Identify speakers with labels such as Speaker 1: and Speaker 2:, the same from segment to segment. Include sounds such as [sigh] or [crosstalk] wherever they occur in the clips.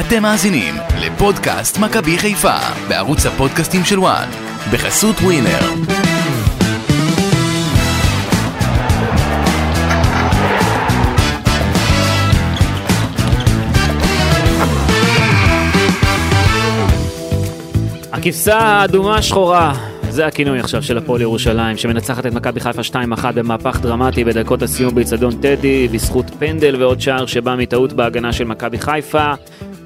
Speaker 1: אתם מאזינים לפודקאסט מכבי חיפה בערוץ הפודקאסטים של וואן בחסות ווינר.
Speaker 2: הכבשה האדומה השחורה, זה הכינוי עכשיו של הפועל ירושלים, שמנצחת את מכבי חיפה 2-1 במהפך דרמטי בדקות הסיום באיצטדיון טדי, בזכות פנדל ועוד שער שבא מטעות בהגנה של מכבי חיפה.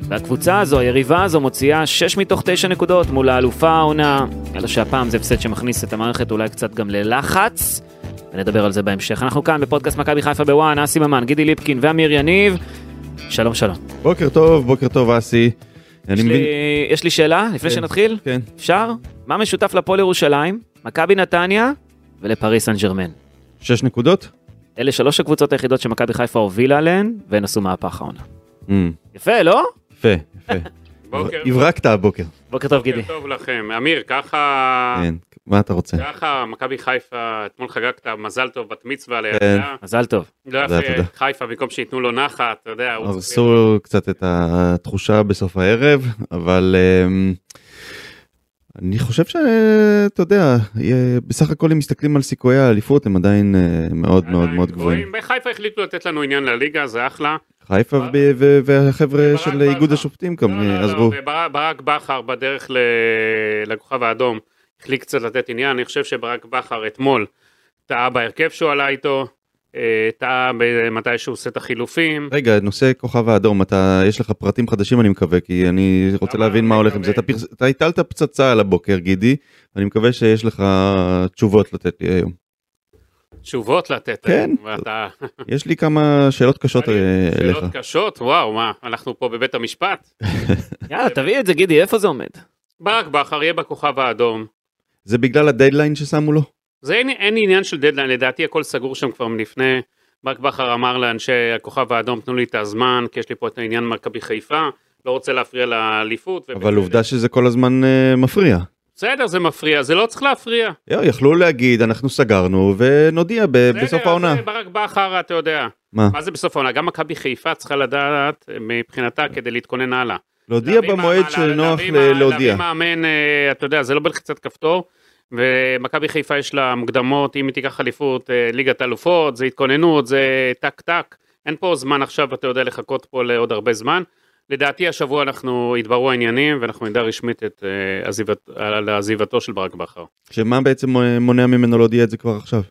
Speaker 2: והקבוצה הזו, היריבה הזו, מוציאה 6 מתוך 9 נקודות מול האלופה העונה, אלא שהפעם זה הפסד שמכניס את המערכת אולי קצת גם ללחץ. ונדבר על זה בהמשך. אנחנו כאן בפודקאסט מכבי חיפה בוואן, אסי ממן, גידי ליפקין ואמיר יניב. שלום שלום.
Speaker 3: בוקר טוב, בוקר טוב אסי.
Speaker 2: יש לי, יש לי שאלה לפני
Speaker 3: כן,
Speaker 2: שנתחיל?
Speaker 3: כן.
Speaker 2: אפשר? מה משותף לפועל ירושלים, מכבי נתניה ולפריס סן ג'רמן?
Speaker 3: שש נקודות?
Speaker 2: אלה שלוש הקבוצות היחידות שמכבי חיפה הובילה עליהן, והן עשו מהפך העונה.
Speaker 3: Mm,
Speaker 2: יפה, לא?
Speaker 3: יפה, יפה.
Speaker 4: בוקר
Speaker 3: הברקת הבוקר.
Speaker 2: בוקר טוב, גידי.
Speaker 4: בוקר טוב לכם. אמיר, ככה,
Speaker 3: כן, מה אתה רוצה?
Speaker 4: ככה מכבי חיפה, אתמול חגגת מזל טוב בת מצווה לידה.
Speaker 2: מזל טוב.
Speaker 4: לא
Speaker 3: כן. תודה,
Speaker 4: יפה,
Speaker 3: תודה.
Speaker 4: חיפה במקום שייתנו לו נחת, אתה יודע, הוא צריך-
Speaker 3: הרסו לו קצת את התחושה בסוף הערב, אבל אמ, אני חושב שאתה יודע, אה, בסך הכל אם מסתכלים על סיכויי האליפות הם עדיין אה, מאוד מאוד מאוד גבוהים.
Speaker 4: חיפה החליטו לתת לנו עניין לליגה, זה אחלה.
Speaker 3: חיפה ו- ו- והחבר'ה
Speaker 4: וברק
Speaker 3: של
Speaker 4: בכר.
Speaker 3: איגוד השופטים גם
Speaker 4: לא, לא,
Speaker 3: אה,
Speaker 4: לא,
Speaker 3: עזרו.
Speaker 4: וברק- ברק בכר בדרך ל- לכוכב האדום, החליט קצת לתת עניין, אני חושב שברק בכר אתמול טעה בהרכב שהוא עלה איתו, אה, טעה במתי שהוא עושה את החילופים.
Speaker 3: רגע, נושא כוכב האדום, אתה, יש לך פרטים חדשים אני מקווה, כי אני רוצה
Speaker 4: למה?
Speaker 3: להבין מה
Speaker 4: אני
Speaker 3: הולך עם זה.
Speaker 4: מקווה.
Speaker 3: אתה פרס- אתה הטלת פצצה על הבוקר, גידי, ואני מקווה שיש לך תשובות לתת לי היום.
Speaker 4: תשובות לתת.
Speaker 3: כן.
Speaker 4: ואתה...
Speaker 3: יש לי כמה שאלות קשות אה, אליך.
Speaker 4: אה. שאלות קשות, וואו, מה, אנחנו פה בבית המשפט?
Speaker 2: יאללה, תביא את זה, גידי, איפה זה עומד?
Speaker 4: ברק בכר יהיה בכוכב האדום.
Speaker 3: זה בגלל הדדליין ששמו לו?
Speaker 4: זה אין, אין עניין של דדליין, לדעתי הכל סגור שם כבר מלפני. ברק בכר אמר לאנשי הכוכב האדום, תנו לי את הזמן, כי יש לי פה את העניין מכבי חיפה, לא רוצה להפריע לאליפות.
Speaker 3: אבל
Speaker 4: ובצדק.
Speaker 3: עובדה שזה כל הזמן אה, מפריע.
Speaker 4: בסדר, זה מפריע, זה לא צריך להפריע.
Speaker 3: יו, יכלו להגיד אנחנו סגרנו ונודיע ב-
Speaker 4: בסדר,
Speaker 3: בסוף
Speaker 4: אז
Speaker 3: העונה.
Speaker 4: זה ברק בכר, אתה יודע.
Speaker 3: מה?
Speaker 4: מה זה בסוף העונה? גם מכבי חיפה צריכה לדעת מבחינתה כדי להתכונן הלאה.
Speaker 3: להודיע
Speaker 4: להביא
Speaker 3: במועד
Speaker 4: מאמן-
Speaker 3: שנוח
Speaker 4: להביא
Speaker 3: ל-
Speaker 4: מה-
Speaker 3: להודיע.
Speaker 4: להביא מאמן, אה, אתה יודע, זה לא בלחיצת כפתור. ומכבי חיפה יש לה מוקדמות, אם היא תיקח אליפות, אה, ליגת אלופות, זה התכוננות, זה טק טק. אין פה זמן עכשיו, אתה יודע, לחכות פה לעוד הרבה זמן. לדעתי השבוע אנחנו יתבררו העניינים ואנחנו נדע רשמית את אה, עזיבת- על עזיבתו של ברק בכר.
Speaker 3: שמה בעצם אה, מונע ממנו להודיע את זה כבר עכשיו?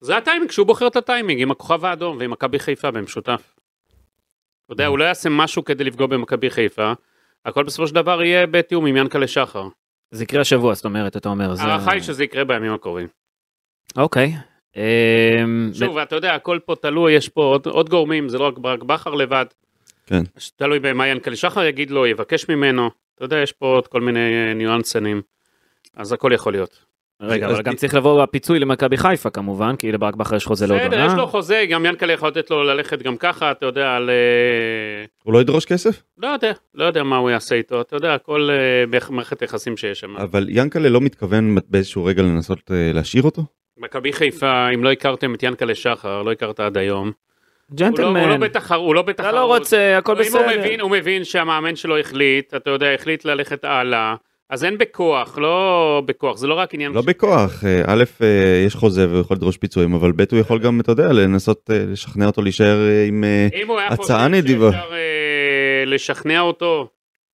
Speaker 4: זה הטיימינג, שהוא בוחר את הטיימינג עם הכוכב האדום ועם מכבי חיפה במשותף. אתה יודע, הוא לא יעשה משהו כדי לפגוע במכבי חיפה, הכל בסופו של דבר יהיה בתיאום עם ינקלה שחר.
Speaker 2: זה יקרה השבוע, זאת אומרת, אתה אומר. זה-
Speaker 4: ההערכה היא שזה יקרה בימים הקרובים.
Speaker 2: אוקיי. אמ,
Speaker 4: שוב, אתה יודע, הכל פה תלוי, יש פה עוד, עוד גורמים, זה לא רק ברק בכר לבד.
Speaker 3: כן.
Speaker 4: ש- תלוי במה ינקל שחר יגיד לו, יבקש ממנו. אתה יודע, יש פה עוד כל מיני אה, ניואנסנים. אז הכל יכול להיות.
Speaker 2: רגע,
Speaker 3: אז
Speaker 2: אבל גם
Speaker 3: ג-
Speaker 2: צריך לבוא הפיצוי למכבי חיפה כמובן, כי לברק בכר יש חוזה לעוד
Speaker 4: בסדר, יש
Speaker 2: עונה.
Speaker 4: לו לא- חוזה, גם ינקל יכול לתת לו ללכת גם ככה, אתה יודע, על... אה,
Speaker 3: הוא לא ידרוש כסף?
Speaker 4: לא יודע, לא יודע מה הוא יעשה איתו, אתה יודע, הכל אה, במערכת היחסים שיש שם.
Speaker 3: אבל ינקלה לא מתכוון באיזשהו רגע לנסות אה, להשאיר אותו?
Speaker 4: מכבי חיפה, אם לא הכרתם את ינקלה שחר, לא הכרת עד היום. הוא לא- הוא לא
Speaker 2: ג'נטלמן,
Speaker 4: בתחרות, הוא לא
Speaker 2: אתה
Speaker 4: בתחרות.
Speaker 2: לא רוצה, הכל
Speaker 4: אם הוא
Speaker 2: בסדר.
Speaker 4: מבין, הוא מבין שהמאמן שלו החליט, אתה יודע, החליט ללכת הלאה, אז אין בכוח, לא בכוח, זה לא רק עניין...
Speaker 3: לא
Speaker 4: ש-
Speaker 3: בכוח, אה, א', אה, יש חוזה והוא יכול לדרוש פיצויים, אבל ב', הוא יכול גם, אתה יודע, לנסות אה, לשכנע אותו להישאר אה, עם... אה,
Speaker 4: אם הוא היה
Speaker 3: הצעה
Speaker 4: חושב
Speaker 3: נדיבה.
Speaker 4: שאפשר אה, לשכנע אותו,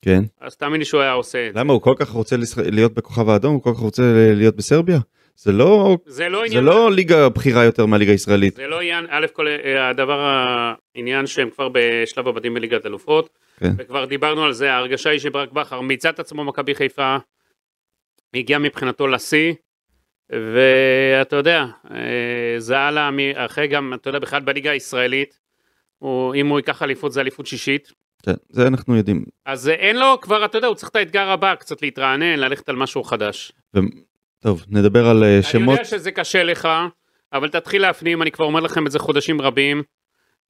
Speaker 3: כן.
Speaker 4: אז תאמין לי שהוא היה עושה את זה.
Speaker 3: למה הוא כל כך רוצה לש- להיות בכוכב האדום, הוא כל כך רוצה אה, להיות בסרביה? זה לא...
Speaker 4: זה לא
Speaker 3: זה
Speaker 4: עניין...
Speaker 3: לא ליגה בכירה יותר מהליגה הישראלית.
Speaker 4: זה לא עניין, א' כל אה, הדבר העניין שהם כבר בשלב הבתים בליגת אלופות,
Speaker 3: כן.
Speaker 4: וכבר דיברנו על זה, ההרגשה היא שברק בכר מיצה את עצמו מכבי חיפה, הגיע מבחינתו לשיא, ואתה יודע, אה, זה הלאה, מ- אחרי גם, אתה יודע, בכלל בליגה הישראלית, הוא, אם הוא ייקח אליפות זה אליפות שישית,
Speaker 3: כן, זה אנחנו יודעים.
Speaker 4: אז אה, אין לו כבר, אתה יודע, הוא צריך את האתגר הבא, קצת להתרענן, ללכת על משהו חדש.
Speaker 3: טוב, נדבר על אה,
Speaker 4: אני
Speaker 3: שמות.
Speaker 4: יודע שזה קשה לך, אבל תתחיל להפנים, אני כבר אומר לכם את זה חודשים רבים.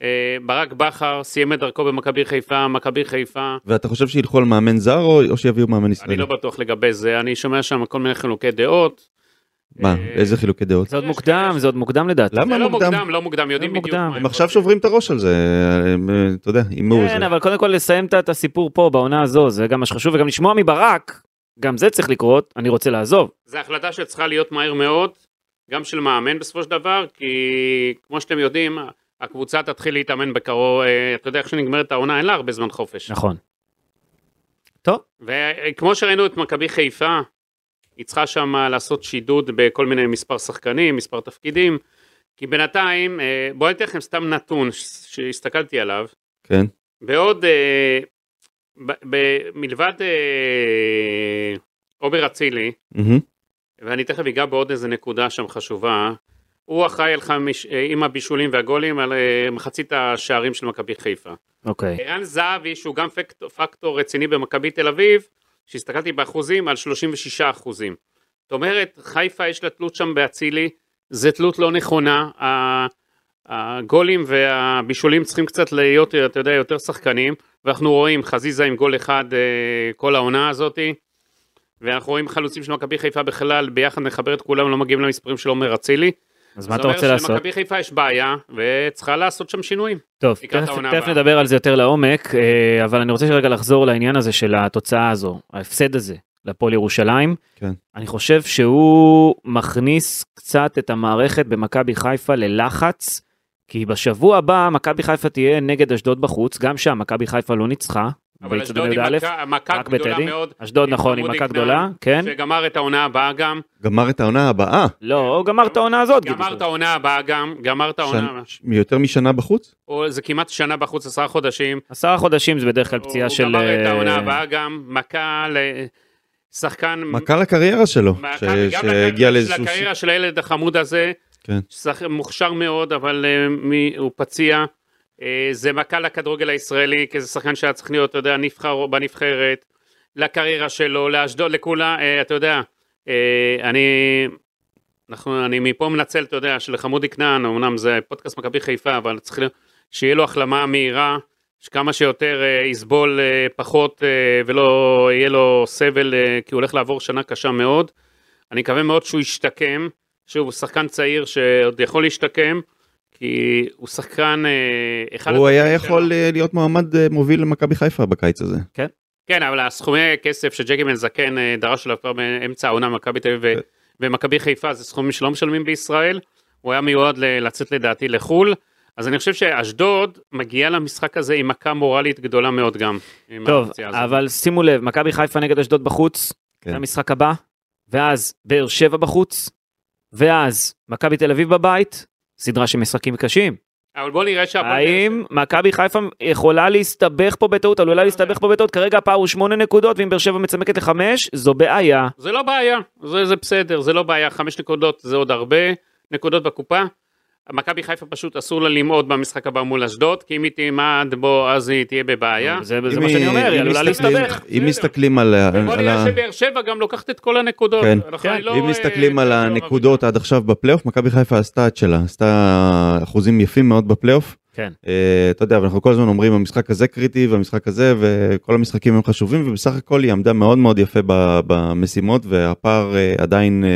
Speaker 4: אה, ברק בכר סיים את דרכו במכבי חיפה, מכבי חיפה.
Speaker 3: ואתה חושב שילכו על מאמן זר או או שיביאו מאמן
Speaker 4: אני
Speaker 3: ישראלי?
Speaker 4: לא בטוח לגבי זה, אני שומע שם כל מיני חילוקי דעות.
Speaker 3: מה,
Speaker 4: אה,
Speaker 3: איזה חילוקי דעות?
Speaker 2: זה עוד מוקדם, זה עוד מוקדם לדעתי.
Speaker 3: למה
Speaker 4: זה לא
Speaker 3: מוקדם?
Speaker 4: מוקדם, לא מוקדם, יודעים
Speaker 2: לא
Speaker 4: בדיוק
Speaker 2: מוקדם.
Speaker 4: מה
Speaker 3: הם עכשיו שוברים את הראש על זה, הם, אה, אתה יודע, הימור
Speaker 2: כן,
Speaker 3: זה.
Speaker 2: אבל קודם כל לסיים את- את הסיפור פה, בעונה הזו, זה גם מה שחשוב, וגם לשמוע מברק, גם זה צריך לקרות, אני רוצה לעזוב.
Speaker 4: זו החלטה שצריכה להיות מהר מאוד, גם של מאמן בסופו של דבר, כי כמו שאתם יודעים, הקבוצה תתחיל להתאמן בקרוב, אה, אתה יודע איך שנגמרת העונה, אין לה הרבה זמן חופש.
Speaker 2: נכון.
Speaker 4: וכמו שראינו את מכבי חיפה, היא צריכה שם לעשות שידוד בכל מיני מספר שחקנים, מספר תפקידים, כי בינתיים, אה, בואו אני אתן לכם סתם נתון ש- שהסתכלתי עליו,
Speaker 3: כן.
Speaker 4: בעוד, אה, ב- ב- מלבד אה, עומר אצילי,
Speaker 3: מהמם.
Speaker 4: ואני תכף אגע בעוד איזה נקודה שם חשובה. הוא אחראי על חמיש, אה, עם הבישולים והגולים על אה, מחצית השערים של מכבי חיפה.
Speaker 2: אוקיי.
Speaker 4: ערן זהבי, שהוא גם פקטור, פקטור רציני במכבי תל אביב, שהסתכלתי באחוזים, על 36 אחוזים. זאת אומרת, חיפה יש לה תלות שם באצילי, זה תלות לא נכונה. ה- הגולים והבישולים צריכים קצת להיות, אתה יודע, יותר שחקנים, ואנחנו רואים חזיזה עם גול אחד אה, כל העונה הזאתי, ואנחנו רואים חלוצים של מכבי חיפה בכלל, ביחד נחבר את כולם, לא מגיעים למספרים של עומר אצילי.
Speaker 2: אז מה אתה רוצה
Speaker 4: זאת
Speaker 2: לעשות?
Speaker 4: אומרת שלמכבי חיפה יש בעיה, וצריכה לעשות שם שינויים.
Speaker 2: טוב,
Speaker 4: לקראת
Speaker 2: תכף-
Speaker 4: העונה
Speaker 2: תכף
Speaker 4: הבאה.
Speaker 2: נדבר על זה יותר לעומק, אה, אבל אני רוצה רגע לחזור לעניין הזה של התוצאה הזו, ההפסד הזה לפועל ירושלים.
Speaker 3: כן.
Speaker 2: אני חושב שהוא מכניס קצת את המערכת במכבי חיפה ללחץ, כי בשבוע הבא מכבי חיפה תהיה נגד אשדוד בחוץ, גם שם מכבי חיפה לא ניצחה.
Speaker 4: אבל
Speaker 2: באיצטדיון
Speaker 4: אשדוד היא
Speaker 2: י"א,
Speaker 4: מכה- מכה
Speaker 2: רק
Speaker 4: גדולה
Speaker 2: בטדי.
Speaker 4: מאוד.
Speaker 2: אשדוד נכון, היא
Speaker 4: חמודי
Speaker 2: מכה
Speaker 4: כנען,
Speaker 2: גדולה, כן.
Speaker 4: שגמר את העונה הבאה גם.
Speaker 3: גמר את העונה הבאה,
Speaker 2: לא, הוא גמר את העונה הזאת.
Speaker 4: גמר את
Speaker 2: גיל.
Speaker 4: העונה הבאה גם, גמר את העונה.
Speaker 3: ש- יותר משנה בחוץ?
Speaker 4: או זה כמעט שנה בחוץ, עשרה חודשים.
Speaker 2: עשרה חודשים זה בדרך כלל
Speaker 4: הוא
Speaker 2: פציעה של...
Speaker 4: גמר את העונה
Speaker 2: אה,
Speaker 4: הבאה גם, מכה לשחקן...
Speaker 3: מכה לקריירה שלו,
Speaker 4: מכה
Speaker 3: ש-
Speaker 4: וגם
Speaker 3: שהגיע
Speaker 4: לקריירה
Speaker 3: לאיזשהו...
Speaker 4: של הקריירה של הילד החמוד הזה.
Speaker 3: כן.
Speaker 4: שחק- מוכשר מאוד, אבל אה, מי- הוא פציע. אה, זה מכה לכדורגל הישראלי, כי זה שחקן שהיה צריך להיות, אתה יודע, נבחר בנבחרת, לקריירה שלו, לאשדוד, לכולה, אה, אתה יודע, אה, אני... אנחנו, אני מפה מנצל, אתה יודע, שלחמודי כנען, אמנם זה פודקאסט מכבי חיפה, אבל צריך להיות- שיהיה לו החלמה מהירה, שכמה שיותר אה, יסבול אה, פחות אה, ולא יהיה לו סבל, אה, כי הוא הולך לעבור שנה קשה מאוד. אני מקווה מאוד שהוא ישתקם, שהוא שחקן צעיר שעוד יכול להשתקם, כי הוא שחקן... אה, אחד
Speaker 3: הוא היה
Speaker 4: הטובים
Speaker 3: יכול אה, להיות מועמד אה, מוביל למכבי חיפה בקיץ הזה.
Speaker 4: כן, אבל הסכומי כסף שג'קי בן זקן אה, דרש עליו כבר באמצע העונה ממכבי תל
Speaker 2: כן.
Speaker 4: אביב ו- ומכבי חיפה, זה סכומים שלא משלמים בישראל. הוא היה מיועד ל- לצאת לדעתי לחו"ל. אז אני חושב שאשדוד מגיעה למשחק הזה עם מכה מורלית גדולה מאוד גם. עם
Speaker 2: טוב,
Speaker 4: הפציעה הזאת.
Speaker 2: אבל שימו לב, מכבי חיפה נגד אשדוד בחוץ,
Speaker 3: כן.
Speaker 2: זה המשחק הבא, ואז באר שבע בחוץ, ואז מכבי תל אביב בבית, סדרה של משחקים קשים.
Speaker 4: אבל בוא נראה שהפועל...
Speaker 2: האם מכבי חיפה יכולה להסתבך פה בטעות, עלולה להסתבך פה בטעות, כרגע הפער הוא שמונה נקודות, ואם באר שבע מצמקת לחמש, זו בעיה.
Speaker 4: זה לא בעיה, זה, זה בסדר, זה לא בעיה, חמש נקודות זה עוד הרבה נקודות בקופה. מכבי חיפה פשוט אסור לה למעוד במשחק הבא מול אשדוד, כי אם היא תימד בו אז היא תהיה בבעיה.
Speaker 2: זה זה
Speaker 3: אם
Speaker 2: מה שאני
Speaker 3: היא-
Speaker 2: אומר, היא
Speaker 3: אם
Speaker 2: עלולה
Speaker 3: מסתכלים-
Speaker 2: להסתבך.
Speaker 3: אם
Speaker 4: בסדר.
Speaker 3: מסתכלים על ה-
Speaker 4: בוא
Speaker 3: על
Speaker 4: נראה
Speaker 3: ה...
Speaker 4: שבאר שבע גם לוקחת את כל הנקודות.
Speaker 3: כן.
Speaker 4: אנחנו-
Speaker 2: כן.
Speaker 4: אני לא,
Speaker 3: אם
Speaker 4: אה,
Speaker 3: מסתכלים
Speaker 4: אה,
Speaker 3: על
Speaker 4: לא
Speaker 3: הנקודות עד עכשיו בפלייאוף, מכבי חיפה עשתה את שלה, עשתה אחוזים יפים מאוד בפלייאוף.
Speaker 2: כן.
Speaker 3: אה, אתה יודע, אבל אנחנו כל הזמן אומרים המשחק הזה קריטי והמשחק הזה וכל המשחקים הם חשובים ובסך הכל היא עמדה מאוד מאוד יפה ב- במשימות והפער אה, עדיין אה,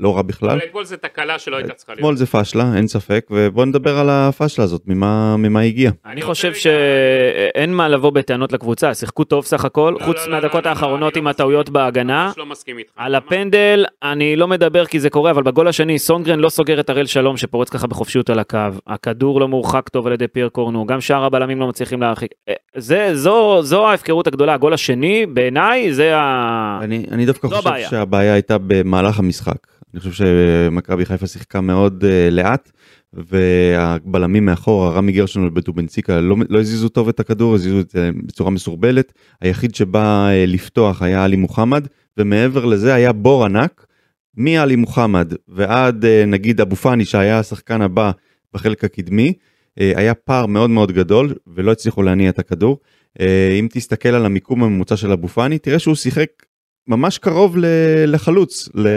Speaker 3: לא רע
Speaker 4: מבינה.
Speaker 3: בכלל.
Speaker 4: אבל אתמול זה תקלה שלא הייתה צריכה להיות.
Speaker 3: אתמול זה פשלה, אין ספק, ובוא נדבר על הפשלה הזאת, ממה ממה היא הגיעה.
Speaker 2: אני
Speaker 4: רוצה
Speaker 2: חושב
Speaker 4: רגע-
Speaker 2: שאין מה לבוא בטענות לקבוצה, שיחקו טוב סך הכל,
Speaker 4: לא,
Speaker 2: חוץ
Speaker 4: לא, לא, לא,
Speaker 2: מהדקות
Speaker 4: לא,
Speaker 2: האחרונות
Speaker 4: אני לא
Speaker 2: עם הטעויות
Speaker 4: מסכים.
Speaker 2: בהגנה.
Speaker 4: ממש לא מסכים איתך.
Speaker 2: על הפנדל אני לא מדבר כי זה קורה אבל בגול השני סונגרן לא סוגר את הראל שלום שפורץ ככה בחופשיות על הקו הכדור לא מורחק טוב על ידי פייר קורנו גם שאר הבלמים לא מצליחים להרחיק אה, זה זו זו ההפקרות הגדולה הגול השני בעיניי זה ה...
Speaker 3: אני, אני דווקא
Speaker 2: זו
Speaker 3: חושב
Speaker 2: הבעיה.
Speaker 3: שהבעיה הייתה במהלך המשחק. אני חושב שמכבי חיפה שיחקה מאוד uh, לאט, והבלמים מאחורה, רמי גרשון ובטובנציקה, לא, לא הזיזו טוב את הכדור, הזיזו את זה בצורה מסורבלת. היחיד שבא uh, לפתוח היה עלי מוחמד, ומעבר לזה היה בור ענק, מעלי מוחמד ועד uh, נגיד אבו פאני שהיה השחקן הבא בחלק הקדמי, uh, היה פער מאוד מאוד גדול, ולא הצליחו להניע את הכדור. אה, אם תסתכל על המיקום הממוצע של אבו פאני, תראה שהוא שיחק ממש קרוב ל- לחלוץ, ל-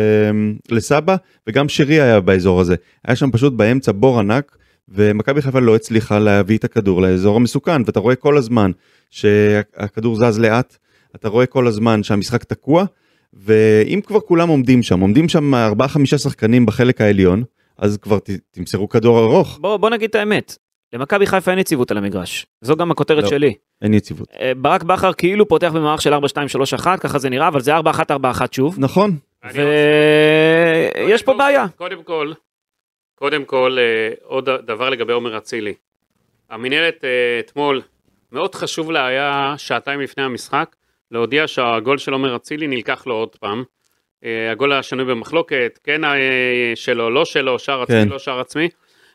Speaker 3: לסבא, וגם שרי היה באזור הזה. היה שם פשוט באמצע בור ענק, ומכבי חיפה לא הצליחה להביא את הכדור לאזור המסוכן, ואתה רואה כל הזמן שהכדור זז לאט, אתה רואה כל הזמן שהמשחק תקוע, ואם כבר כולם עומדים שם, עומדים שם 4-5 שחקנים בחלק העליון, אז כבר ת, תמסרו כדור ארוך,
Speaker 2: בוא, בוא נגיד את האמת, למכבי חיפה אין יציבות על המגרש, זו גם הכותרת
Speaker 3: לא.
Speaker 2: שלי.
Speaker 3: אין יציבות.
Speaker 2: אה, ברק בכר כאילו פותח במערך של 4-2-3-1, ככה זה נראה, אבל זה 4-1-4-1 שוב,
Speaker 3: נכון,
Speaker 4: אני
Speaker 2: ויש פה
Speaker 4: קודם כל-
Speaker 2: בעיה.
Speaker 4: קודם כל, קודם כל, אה, עוד דבר לגבי עומר אצילי. המינהלת אה, אתמול, מאוד חשוב לה היה שעתיים לפני המשחק, להודיע שהגול של עומר אצילי נלקח לו עוד פעם. אה, הגול היה שנוי במחלוקת, כן אה, שלו, לא שלו, שער עצמי,
Speaker 3: כן.
Speaker 4: לא שער עצמי.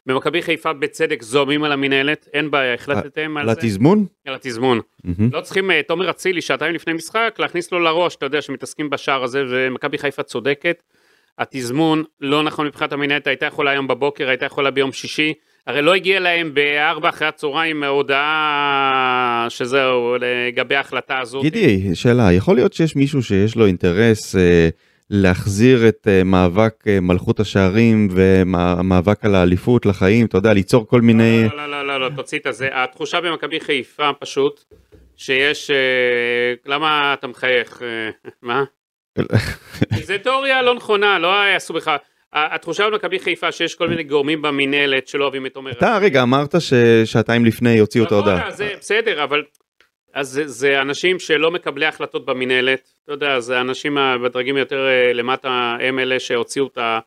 Speaker 4: במכבי חיפה בצדק זוהמים על המינהלת, אין בעיה, החלטתם על
Speaker 3: על
Speaker 4: זה,
Speaker 3: התזמון.
Speaker 4: על התזמון.
Speaker 3: מהמם.
Speaker 4: לא צריכים אה, תומר אצילי שעתיים לפני משחק להכניס לו לראש אתה יודע שמתעסקים בשער הזה ומכבי חיפה צודקת. התזמון לא נכון מבחינת המנהלת הייתה יכולה היום בבוקר הייתה יכולה ביום שישי הרי לא הגיע להם בארבע אחרי הצהריים הודעה שזהו לגבי ההחלטה הזאת.
Speaker 3: גידי, שאלה, יכול להיות שיש מישהו שיש לו אינטרס אה, להחזיר את אה, מאבק אה, מלכות השערים ומאבק על האליפות לחיים, אתה יודע, ליצור כל מיני...
Speaker 4: לא, לא, לא, לא, לא, תוציא את זה. התחושה במכבי חיפה פשוט, שיש... אה, למה אתה מחייך? אה,
Speaker 3: [laughs]
Speaker 4: מה? זה תיאוריה לא נכונה, לא יעשו בך... ה- התחושה במכבי חיפה שיש כל מיני גורמים במינהלת שלא אוהבים את עומר.
Speaker 3: אתה רגע אמרת ששעתיים לפני יוציאו את
Speaker 4: אה, נכון,
Speaker 3: ההודעה.
Speaker 4: אז זה בסדר, אבל... אז זה, זה אנשים שלא מקבלי החלטות במינהלת, אתה יודע, זה האנשים ה- בדרגים יותר אה, למטה, הם אלה שהוציאו את, ה-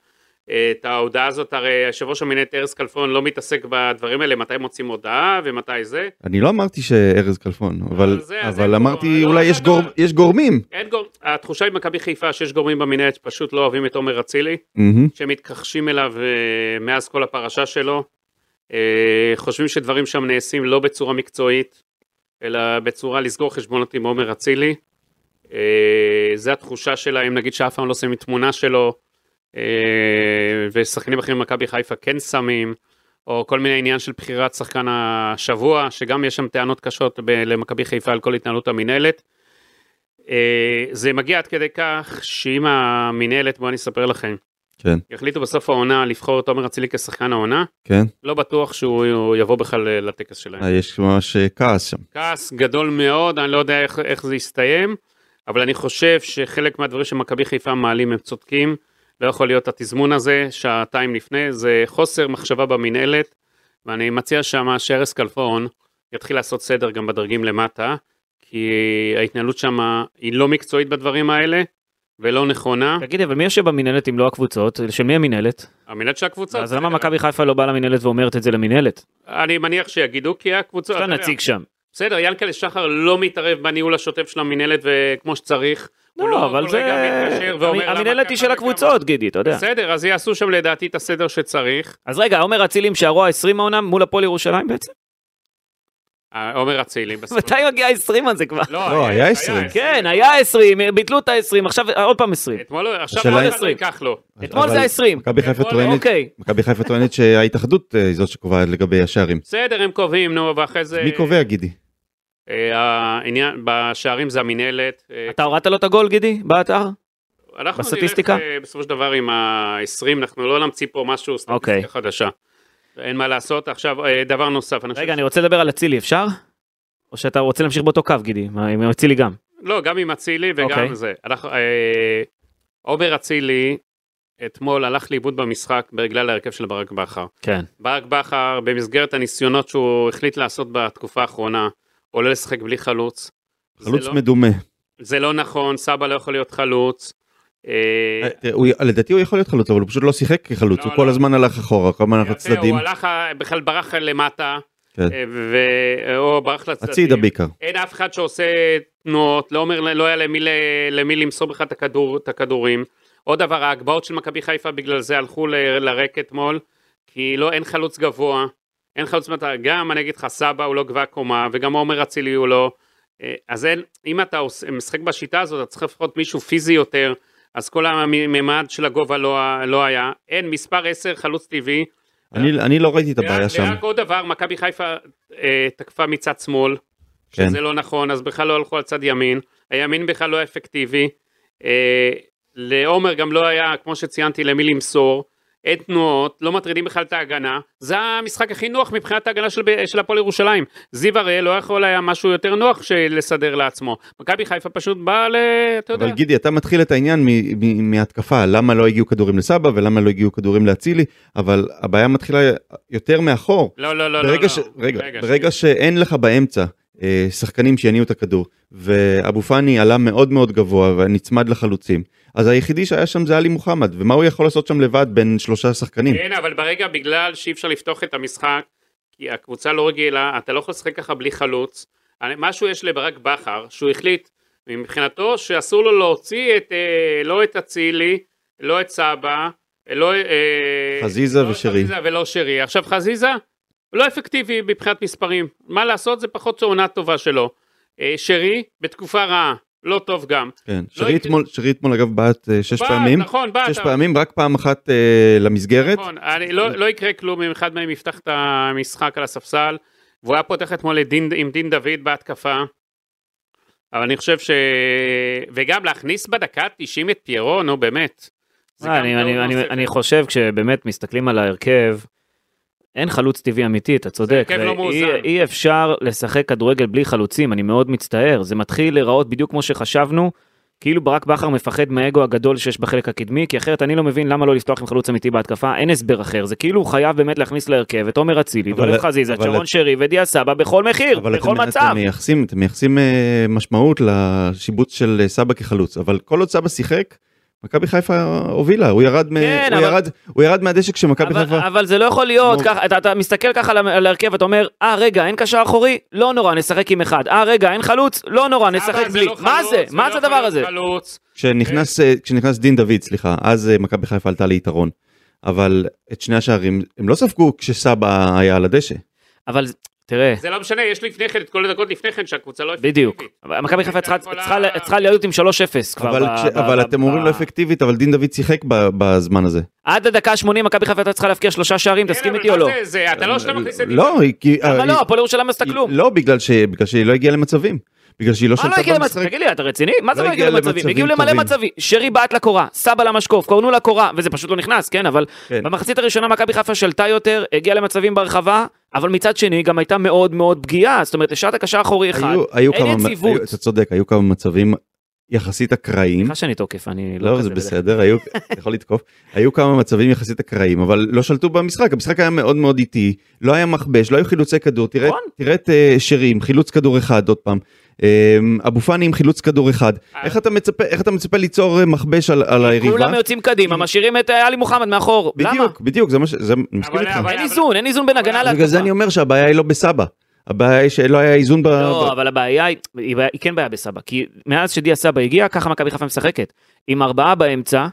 Speaker 4: אה, את ההודעה הזאת, הרי יושב ראש המינהלת ארז כלפון לא מתעסק בדברים האלה, מתי מוצאים הודעה ומתי זה,
Speaker 3: אני לא אמרתי שארז כלפון, אבל,
Speaker 4: אה, זה- זה
Speaker 3: אבל
Speaker 4: פה,
Speaker 3: אמרתי
Speaker 4: לא,
Speaker 3: אולי
Speaker 4: זה
Speaker 3: יש,
Speaker 4: אתה-
Speaker 3: גור, יש גורמים.
Speaker 4: אין גור... התחושה עם מכבי חיפה שיש גורמים במינהלת שפשוט לא אוהבים את עומר אצילי,
Speaker 3: מהמם.
Speaker 4: שמתכחשים אליו אה, מאז כל הפרשה שלו, אה, חושבים שדברים שם נעשים לא בצורה מקצועית, אלא בצורה לסגור חשבונות עם עומר אצילי. אה, זה התחושה שלהם, נגיד שאף פעם לא שמים תמונה שלו, אה, ושחקנים אחרים במכבי חיפה כן שמים, או כל מיני עניין של בחירת שחקן השבוע, שגם יש שם טענות קשות ב- למכבי חיפה על כל התנהלות המינהלת. אה, זה מגיע עד כדי כך שאם המינהלת, בואו אני אספר לכם,
Speaker 3: כן,
Speaker 4: החליטו בסוף העונה לבחור את עומר אצילי כשחקן העונה,
Speaker 3: כן.
Speaker 4: לא בטוח שהוא הוא יבוא בכלל אה, לטקס שלהם.
Speaker 3: אה, יש ממש אה, כעס שם.
Speaker 4: כעס גדול מאוד, אני לא יודע איך, איך זה יסתיים, אבל אני חושב שחלק מהדברים שמכבי חיפה מעלים הם צודקים. לא יכול להיות התזמון הזה, שעתיים לפני, זה חוסר מחשבה במינהלת, ואני מציע שמה שארז כלפון יתחיל לעשות סדר גם בדרגים למטה, כי ההתנהלות שם היא לא מקצועית בדברים האלה, ולא נכונה.
Speaker 2: תגיד, אבל מי יושב במינהלת אם לא הקבוצות? של מי המינהלת?
Speaker 4: המינהלת של הקבוצה.
Speaker 2: אז למה מכבי חיפה לא באה למינהלת ואומרת את זה למינהלת?
Speaker 4: אני מניח שיגידו, כי הקבוצה...
Speaker 2: יש לה נציג שם.
Speaker 4: בסדר, ינקלה שחר לא מתערב בניהול השוטף של המינהלת וכמו שצריך. הוא
Speaker 2: לא, אבל
Speaker 4: כל
Speaker 2: זה...
Speaker 4: רגע מתקשר ואומר למה
Speaker 2: המינהלת היא
Speaker 4: ככה
Speaker 2: של
Speaker 4: וכמה.
Speaker 2: הקבוצות, גידי, אתה יודע.
Speaker 4: בסדר, אז יעשו שם לדעתי את הסדר שצריך.
Speaker 2: אז רגע, עומר אצילי עם שערו ה-20 העונה מול הפועל ירושלים
Speaker 4: [laughs]
Speaker 2: בעצם?
Speaker 4: אה, עומר אצילי. בסדר.
Speaker 2: מתי מגיע ה-20 הזה כבר?
Speaker 3: לא, היה 20.
Speaker 2: כן, היה 20, ביטלו את ה-20, עכשיו אה, עוד פעם 20.
Speaker 4: אתמול, לא, עכשיו
Speaker 3: השאלה
Speaker 4: עוד
Speaker 3: היא-
Speaker 4: אחד לא ייקח לו.
Speaker 2: אתמול
Speaker 3: אבל
Speaker 2: זה ה-20.
Speaker 3: מכבי חיפה
Speaker 4: אתמול,
Speaker 3: טוענת-
Speaker 2: אוקיי.
Speaker 3: מכבי חיפה טוענת שההתאחדות אה, היא זאת שקובעת לגבי השערים.
Speaker 4: בסדר, הם קובעים, נו, ואחרי זה...
Speaker 3: מי קובע גידי?
Speaker 4: אה, העניין, בשערים זה המינהלת. אה,
Speaker 2: אתה הורדת לו את הגול, גידי, באתר?
Speaker 4: אנחנו
Speaker 2: בסטטיסטיקה?
Speaker 4: נלך אה, בסופו של דבר עם ה-20, אנחנו לא נמציא פה משהו,
Speaker 2: אוקיי.
Speaker 4: סטטיסטיקה חדשה. אין מה לעשות. עכשיו, אה, דבר נוסף, אני חושב
Speaker 2: רגע, אני רוצה לדבר על אצילי, אפשר? או שאתה רוצה להמשיך באותו קו, גידי? מה, עם אצילי גם.
Speaker 4: לא, גם עם אצילי וגם
Speaker 2: אוקיי.
Speaker 4: okay. זה. אנחנו, אה, עומר אצילי אתמול הלך לאיבוד במשחק בגלל ההרכב של ברק בכר.
Speaker 2: כן.
Speaker 4: ברק בכר, במסגרת הניסיונות שהוא החליט לעשות בתקופה האחרונה, עולה לשחק בלי חלוץ.
Speaker 3: חלוץ
Speaker 4: זה לא,
Speaker 3: מדומה.
Speaker 4: זה לא נכון, סבא לא יכול להיות חלוץ. אה,
Speaker 3: אה, תראה, הוא- לדעתי הוא יכול להיות חלוץ, אבל הוא פשוט לא שיחק כחלוץ,
Speaker 4: לא,
Speaker 3: הוא
Speaker 4: לא.
Speaker 3: כל הזמן הלך אחורה, כל הזמן הלך
Speaker 4: יפה,
Speaker 3: לצדדים,
Speaker 4: הוא הלך, אה, בכלל ברח למטה,
Speaker 3: כן.
Speaker 4: אה, ו- או ברח לצדדים.
Speaker 3: הצידה בעיקר.
Speaker 4: אין אף אחד שעושה תנועות, לא אומר, לא היה למי, ל- למי למסור בכלל את, הכדור, את הכדורים. עוד דבר, ההגבהות של מכבי חיפה בגלל זה הלכו ל- לריק אתמול, כי לא, אין חלוץ גבוה, אין חלוץ מטרה, גם אני אגיד לך, סבא הוא לא גבוה קומה, וגם עומר אצילי הוא לא. אה, אז אין, אם אתה עושה, משחק בשיטה הזאת, אתה צריך לפחות מישהו פיזי יותר, אז כל הממד של הגובה לא, ה- לא היה. אין, מספר 10, חלוץ טבעי.
Speaker 3: אני
Speaker 4: אה?
Speaker 3: אני לא ראיתי את הבעיה
Speaker 4: ורק-
Speaker 3: שם.
Speaker 4: ורק עוד דבר, מכבי חיפה אה, תקפה מצד שמאל,
Speaker 3: כן.
Speaker 4: שזה לא נכון, אז בכלל לא הלכו על צד ימין, הימין בכלל לא היה אפקטיבי, אה, לעומר גם לא היה, כמו שציינתי, למי למסור, אין תנועות, לא מטרידים בכלל את ההגנה. זה המשחק הכי נוח מבחינת ההגנה של, ב- של הפועל ירושלים. זיו הרי לא יכול היה משהו יותר נוח של- לסדר לעצמו. מכבי חיפה פשוט באה ל... אתה יודע.
Speaker 3: אבל גידי, אתה מתחיל את העניין מ- מ- מהתקפה, למה לא הגיעו כדורים לסבא ולמה לא הגיעו כדורים לאצילי, אבל הבעיה מתחילה יותר מאחור.
Speaker 4: לא, לא, לא, לא.
Speaker 3: ברגע
Speaker 4: לא.
Speaker 3: ש- רגע,
Speaker 4: שנייה.
Speaker 3: ברגע שאין לך באמצע אה, שחקנים שיניעו את הכדור, ואבו פאני עלה מאוד מאוד גבוה ונצמד לחלוצים, אז היחידי שהיה שם זה עלי מוחמד, ומה הוא יכול לעשות שם לבד בין שלושה שחקנים?
Speaker 4: כן, אבל ברגע, בגלל שאי אפשר לפתוח את המשחק, כי הקבוצה לא רגילה, אתה לא יכול לשחק ככה בלי חלוץ. אני- משהו יש לברק בכר, שהוא החליט מבחינתו שאסור לו להוציא את, אה, לא את אצילי, לא את סבא, לא... אה,
Speaker 3: חזיזה
Speaker 4: לא את
Speaker 3: ושרי.
Speaker 4: חזיזה ולא שרי. עכשיו חזיזה לא אפקטיבי מבחינת מספרים. מה לעשות, זה פחות עונה טובה שלו. אה, שרי, בתקופה רעה, לא טוב גם.
Speaker 3: כן,
Speaker 4: הייתי-
Speaker 3: שרי אתמול, שרי אתמול אגב בעט אה, שש
Speaker 4: בעט,
Speaker 3: פעמים,
Speaker 4: נכון, בעט,
Speaker 3: שש
Speaker 4: אבל-
Speaker 3: פעמים, רק פעם אחת אה, למסגרת,
Speaker 4: נכון, אני, לא, לא יקרה כלום אם אחד מהם יפתח את המשחק על הספסל, והוא היה פותח אתמול את דין, עם דין דוד בהתקפה. אבל אני חושב ש... וגם להכניס בדקה ה-90 את פיירו, נו באמת. זה
Speaker 2: אה,
Speaker 4: גם לא
Speaker 2: אני-
Speaker 4: טעות
Speaker 2: אני- אני-
Speaker 4: נוספת.
Speaker 2: אני חושב כשבאמת מסתכלים על ההרכב, אין חלוץ טבעי אמיתי, אתה צודק.
Speaker 4: הרכב לא
Speaker 2: ואי-
Speaker 4: מאוזן.
Speaker 2: אי אפשר לשחק כדורגל בלי חלוצים, אני מאוד מצטער. זה מתחיל להיראות בדיוק כמו שחשבנו, כאילו ברק בכר מפחד מהאגו הגדול שיש בחלק הקדמי, כי אחרת אני לא מבין למה לא לפתוח עם חלוץ אמיתי בהתקפה, אין הסבר אחר. זה כאילו הוא חייב באמת להכניס להרכב את עומר אצילי,
Speaker 3: אבל-
Speaker 2: דולב חזיזה,
Speaker 3: אבל-
Speaker 2: שרון שרי ודיה סבא בכל מחיר,
Speaker 3: אבל
Speaker 2: בכל
Speaker 3: אתם,
Speaker 2: מצב.
Speaker 3: אתם מייחסים, אתם מייחסים אה, משמעות לשיבוץ של אה, סבא כחלוץ, אבל כל עוד סבא שיחק, מכבי חיפה הובילה, הוא ירד, מ...
Speaker 2: כן,
Speaker 3: הוא
Speaker 2: אבל-
Speaker 3: ירד, הוא ירד מהדשא כשמכבי
Speaker 2: אבל,
Speaker 3: חיפה...
Speaker 2: אבל זה לא יכול להיות
Speaker 3: נו.
Speaker 2: ככה, אתה, אתה מסתכל ככה על ה- על ההרכב, אתה אומר, אה רגע, אין קשר אחורי? לא נורא, נשחק עם אחד. אה רגע, אין חלוץ? לא נורא, נשחק
Speaker 4: אבל
Speaker 2: בלי.
Speaker 4: לא
Speaker 2: מה
Speaker 4: חלוץ,
Speaker 2: זה? מה
Speaker 4: לא
Speaker 2: זה הדבר
Speaker 4: יכול להיות
Speaker 2: הזה?
Speaker 4: חלוץ.
Speaker 3: כשנכנס, אה, כשנכנס דין דוד, סליחה, אז אה, מכבי חיפה עלתה ליתרון, אבל את שני השערים הם לא ספגו כשסבא היה על הדשא.
Speaker 2: אבל תראה,
Speaker 4: זה לא משנה, יש לפני כן, את כל הדקות לפני כן, שהקבוצה לא אפקטיבית.
Speaker 2: בדיוק. אבל מכבי חיפה צריכה-
Speaker 4: יכולה-
Speaker 2: צריכה- צריכה להיות עם 3-0 כבר.
Speaker 3: אבל,
Speaker 2: ב-
Speaker 3: כש...
Speaker 2: ב-
Speaker 3: אבל
Speaker 2: ב-
Speaker 3: אתם
Speaker 2: ב-
Speaker 3: אומרים לא אפקטיבית, אבל דין דוד שיחק ב... בזמן הזה.
Speaker 2: עד הדקה 80 מכבי חיפה הייתה צריכה להבקיע שלושה שערים,
Speaker 4: כן,
Speaker 2: תסכים
Speaker 4: אבל
Speaker 2: איתי
Speaker 4: מה
Speaker 2: או לא?
Speaker 4: זה- זה- אתה לא שאתה מכניס את דין
Speaker 3: לא, היא- כי...
Speaker 2: למה
Speaker 3: היא-
Speaker 2: לא? הפועל ירושלים לא עשתה
Speaker 3: היא-
Speaker 2: כלום.
Speaker 3: לא, בגלל, ש... בגלל שהיא לא הגיעה למצבים. בגלל שהיא לא
Speaker 2: מה לא
Speaker 3: שלטה
Speaker 2: הגיע למצבים?
Speaker 3: במשחק.
Speaker 2: תגיד לי, אתה רציני? מה זה
Speaker 3: לא
Speaker 2: לא הגיע
Speaker 3: הגיע
Speaker 2: למצבים?
Speaker 3: למצבים
Speaker 2: הגיעו למלא
Speaker 3: טובים.
Speaker 2: מצבים. שרי בעט לקורה, סבא למשקוף, קורנו לקורה, וזה פשוט לא נכנס, כן? אבל
Speaker 3: כן.
Speaker 2: במחצית הראשונה מכבי חיפה שלטה יותר, הגיעה למצבים ברחבה, אבל מצד שני גם הייתה מאוד מאוד פגיעה. זאת אומרת, השארת קשר אחורי אחד.
Speaker 3: היו, היו
Speaker 2: אין
Speaker 3: כמה,
Speaker 2: יציבות.
Speaker 3: היו, אתה צודק, היו כמה מצבים יחסית אקראיים.
Speaker 2: סליחה שאני תוקף, אני לא
Speaker 3: לא,
Speaker 2: כזה
Speaker 3: זה
Speaker 2: בדרך.
Speaker 3: בסדר, היו, אתה יכול לתקוף. היו כמה מצבים יחסית אקראיים, אבל לא שלטו במשחק, המשחק היה מאוד מאוד איטי, לא היה מכבש, לא היו חילוצי כדור, תראה,
Speaker 2: נכון.
Speaker 3: תראה את אה, שרי עם חילוץ כדור אחד, עוד פעם. אה, אבו פאני עם חילוץ כדור אחד,
Speaker 4: אה.
Speaker 3: איך אתה מצפה, איך אתה מצפה ליצור אה, מכבש על, על היריבה?
Speaker 2: כולם יוצאים קדימה, משאירים את אה, עלי מוחמד מאחור. למה?
Speaker 3: בדיוק, בדיוק, זה מה ש... זה, אני מסכים
Speaker 4: אבל-
Speaker 3: איתך.
Speaker 4: אבל-
Speaker 2: אין איזון, אין איזון בין הגנה להתקפה.
Speaker 3: בגלל זה אני אומר שהבעיה היא לא בסבא, הבעיה היא שלא היה איזון ב...
Speaker 2: לא,
Speaker 3: ב-
Speaker 2: אבל הבעיה היא, היא בעיה- היא כן בעיה בסבא, כי מאז שדיה סבא הגיע, ככה מכבי חיפה משחקת. עם ארבעה באמצע,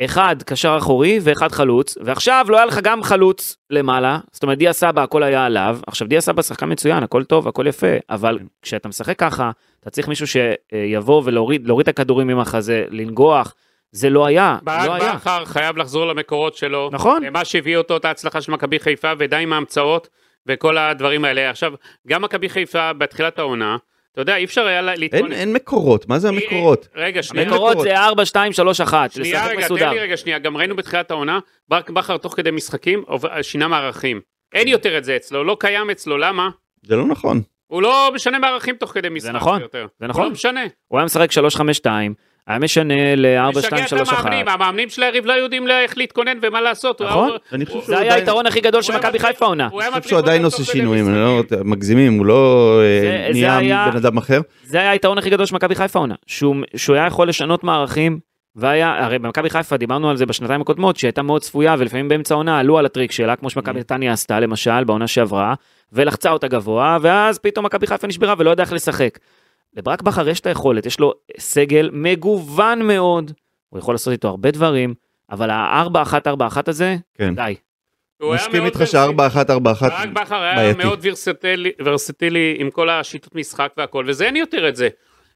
Speaker 2: אחד קשר אחורי ואחד חלוץ, ועכשיו לא היה לך גם חלוץ למעלה, זאת אומרת דיה סבא הכל היה עליו, עכשיו דיה סבא שחקן מצוין, הכל טוב, הכל יפה, אבל
Speaker 4: כן.
Speaker 2: כשאתה משחק ככה, אתה צריך מישהו שיבוא ולהוריד להוריד את הכדורים עם החזה, לנגוח, זה לא היה,
Speaker 4: ברק
Speaker 2: לא היה.
Speaker 4: בכר חייב לחזור למקורות שלו. אה,
Speaker 2: נכון.
Speaker 4: מה שהביא אותו, את ההצלחה של מכבי חיפה, ודי עם ההמצאות וכל הדברים האלה. עכשיו, גם מכבי חיפה בתחילת העונה, אתה יודע, אי אפשר היה לה-
Speaker 3: אין,
Speaker 4: להתכונן.
Speaker 3: אין מקורות, מה זה
Speaker 4: אי-
Speaker 3: המקורות?
Speaker 4: רגע, שנייה.
Speaker 2: מקורות זה 4, 2, 3, 1,
Speaker 4: שנייה,
Speaker 2: לשחק
Speaker 4: רגע,
Speaker 2: מסודר.
Speaker 4: תן לי רגע שנייה. גם ראינו בתחילת העונה, ברק בכר תוך כדי משחקים עוב- שינה מערכים. אין יותר את זה אצלו, לא קיים אצלו, למה?
Speaker 3: זה לא נכון.
Speaker 4: הוא לא משנה מערכים תוך כדי משחק.
Speaker 2: נכון,
Speaker 4: יותר.
Speaker 2: זה נכון.
Speaker 4: הוא לא משנה.
Speaker 2: הוא היה משחק 3, 5, 2, היה משנה ל-4, 2,
Speaker 4: משגע את
Speaker 2: 3, 1.
Speaker 4: המאמנים, המאמנים של היריב לא יודעים לה- איך להתכונן ומה לעשות. הוא
Speaker 2: נכון.
Speaker 4: היה-
Speaker 3: אני חושב שהוא
Speaker 2: זה היה
Speaker 3: עדיין-
Speaker 2: היתרון הכי גדול של
Speaker 4: הוא היה
Speaker 2: מכבי
Speaker 4: מצליח-
Speaker 2: חיפה עונה.
Speaker 4: הוא היה
Speaker 3: אני חושב
Speaker 4: מדליק
Speaker 3: שהוא עדיין
Speaker 4: אותם
Speaker 3: עושה
Speaker 4: תוך כדי
Speaker 3: שינויים, אני
Speaker 4: משחקים.
Speaker 3: לא מגזימים, הוא לא אה,
Speaker 2: זה- זה
Speaker 3: נהיה
Speaker 2: היה-
Speaker 3: בן אדם אחר.
Speaker 2: זה היה היתרון הכי גדול של מכבי חיפה עונה. שהוא שהוא היה יכול לשנות מערכים, והיה, הרי במכבי חיפה דיברנו על זה בשנתיים הקודמות, שהייתה מאוד צפויה, ולפעמים באמצע העונה עלו על הטריק שלה, כמו
Speaker 4: Mm.
Speaker 2: שמכבי נתניה עשתה למשל, בעונה שעברה, ולחצה אותה גבוה, ואז פתאום מכבי חיפה נשברה ולא ידעה איך לשחק. לברק בכר יש את היכולת, יש לו סגל מגוון מאוד, הוא יכול לעשות איתו הרבה דברים, אבל ה-4-1-4-1 הזה,
Speaker 3: כן.
Speaker 2: די.
Speaker 4: הוא היה
Speaker 3: מסכים
Speaker 4: מאוד
Speaker 3: איתך
Speaker 4: ורסטילי.
Speaker 3: ש-4-1-4-1
Speaker 4: ברק בכר היה
Speaker 3: בעייתי.
Speaker 4: מאוד ורסטילי- ורסטילי עם כל השיטות משחק והכל, וזה אין יותר את זה.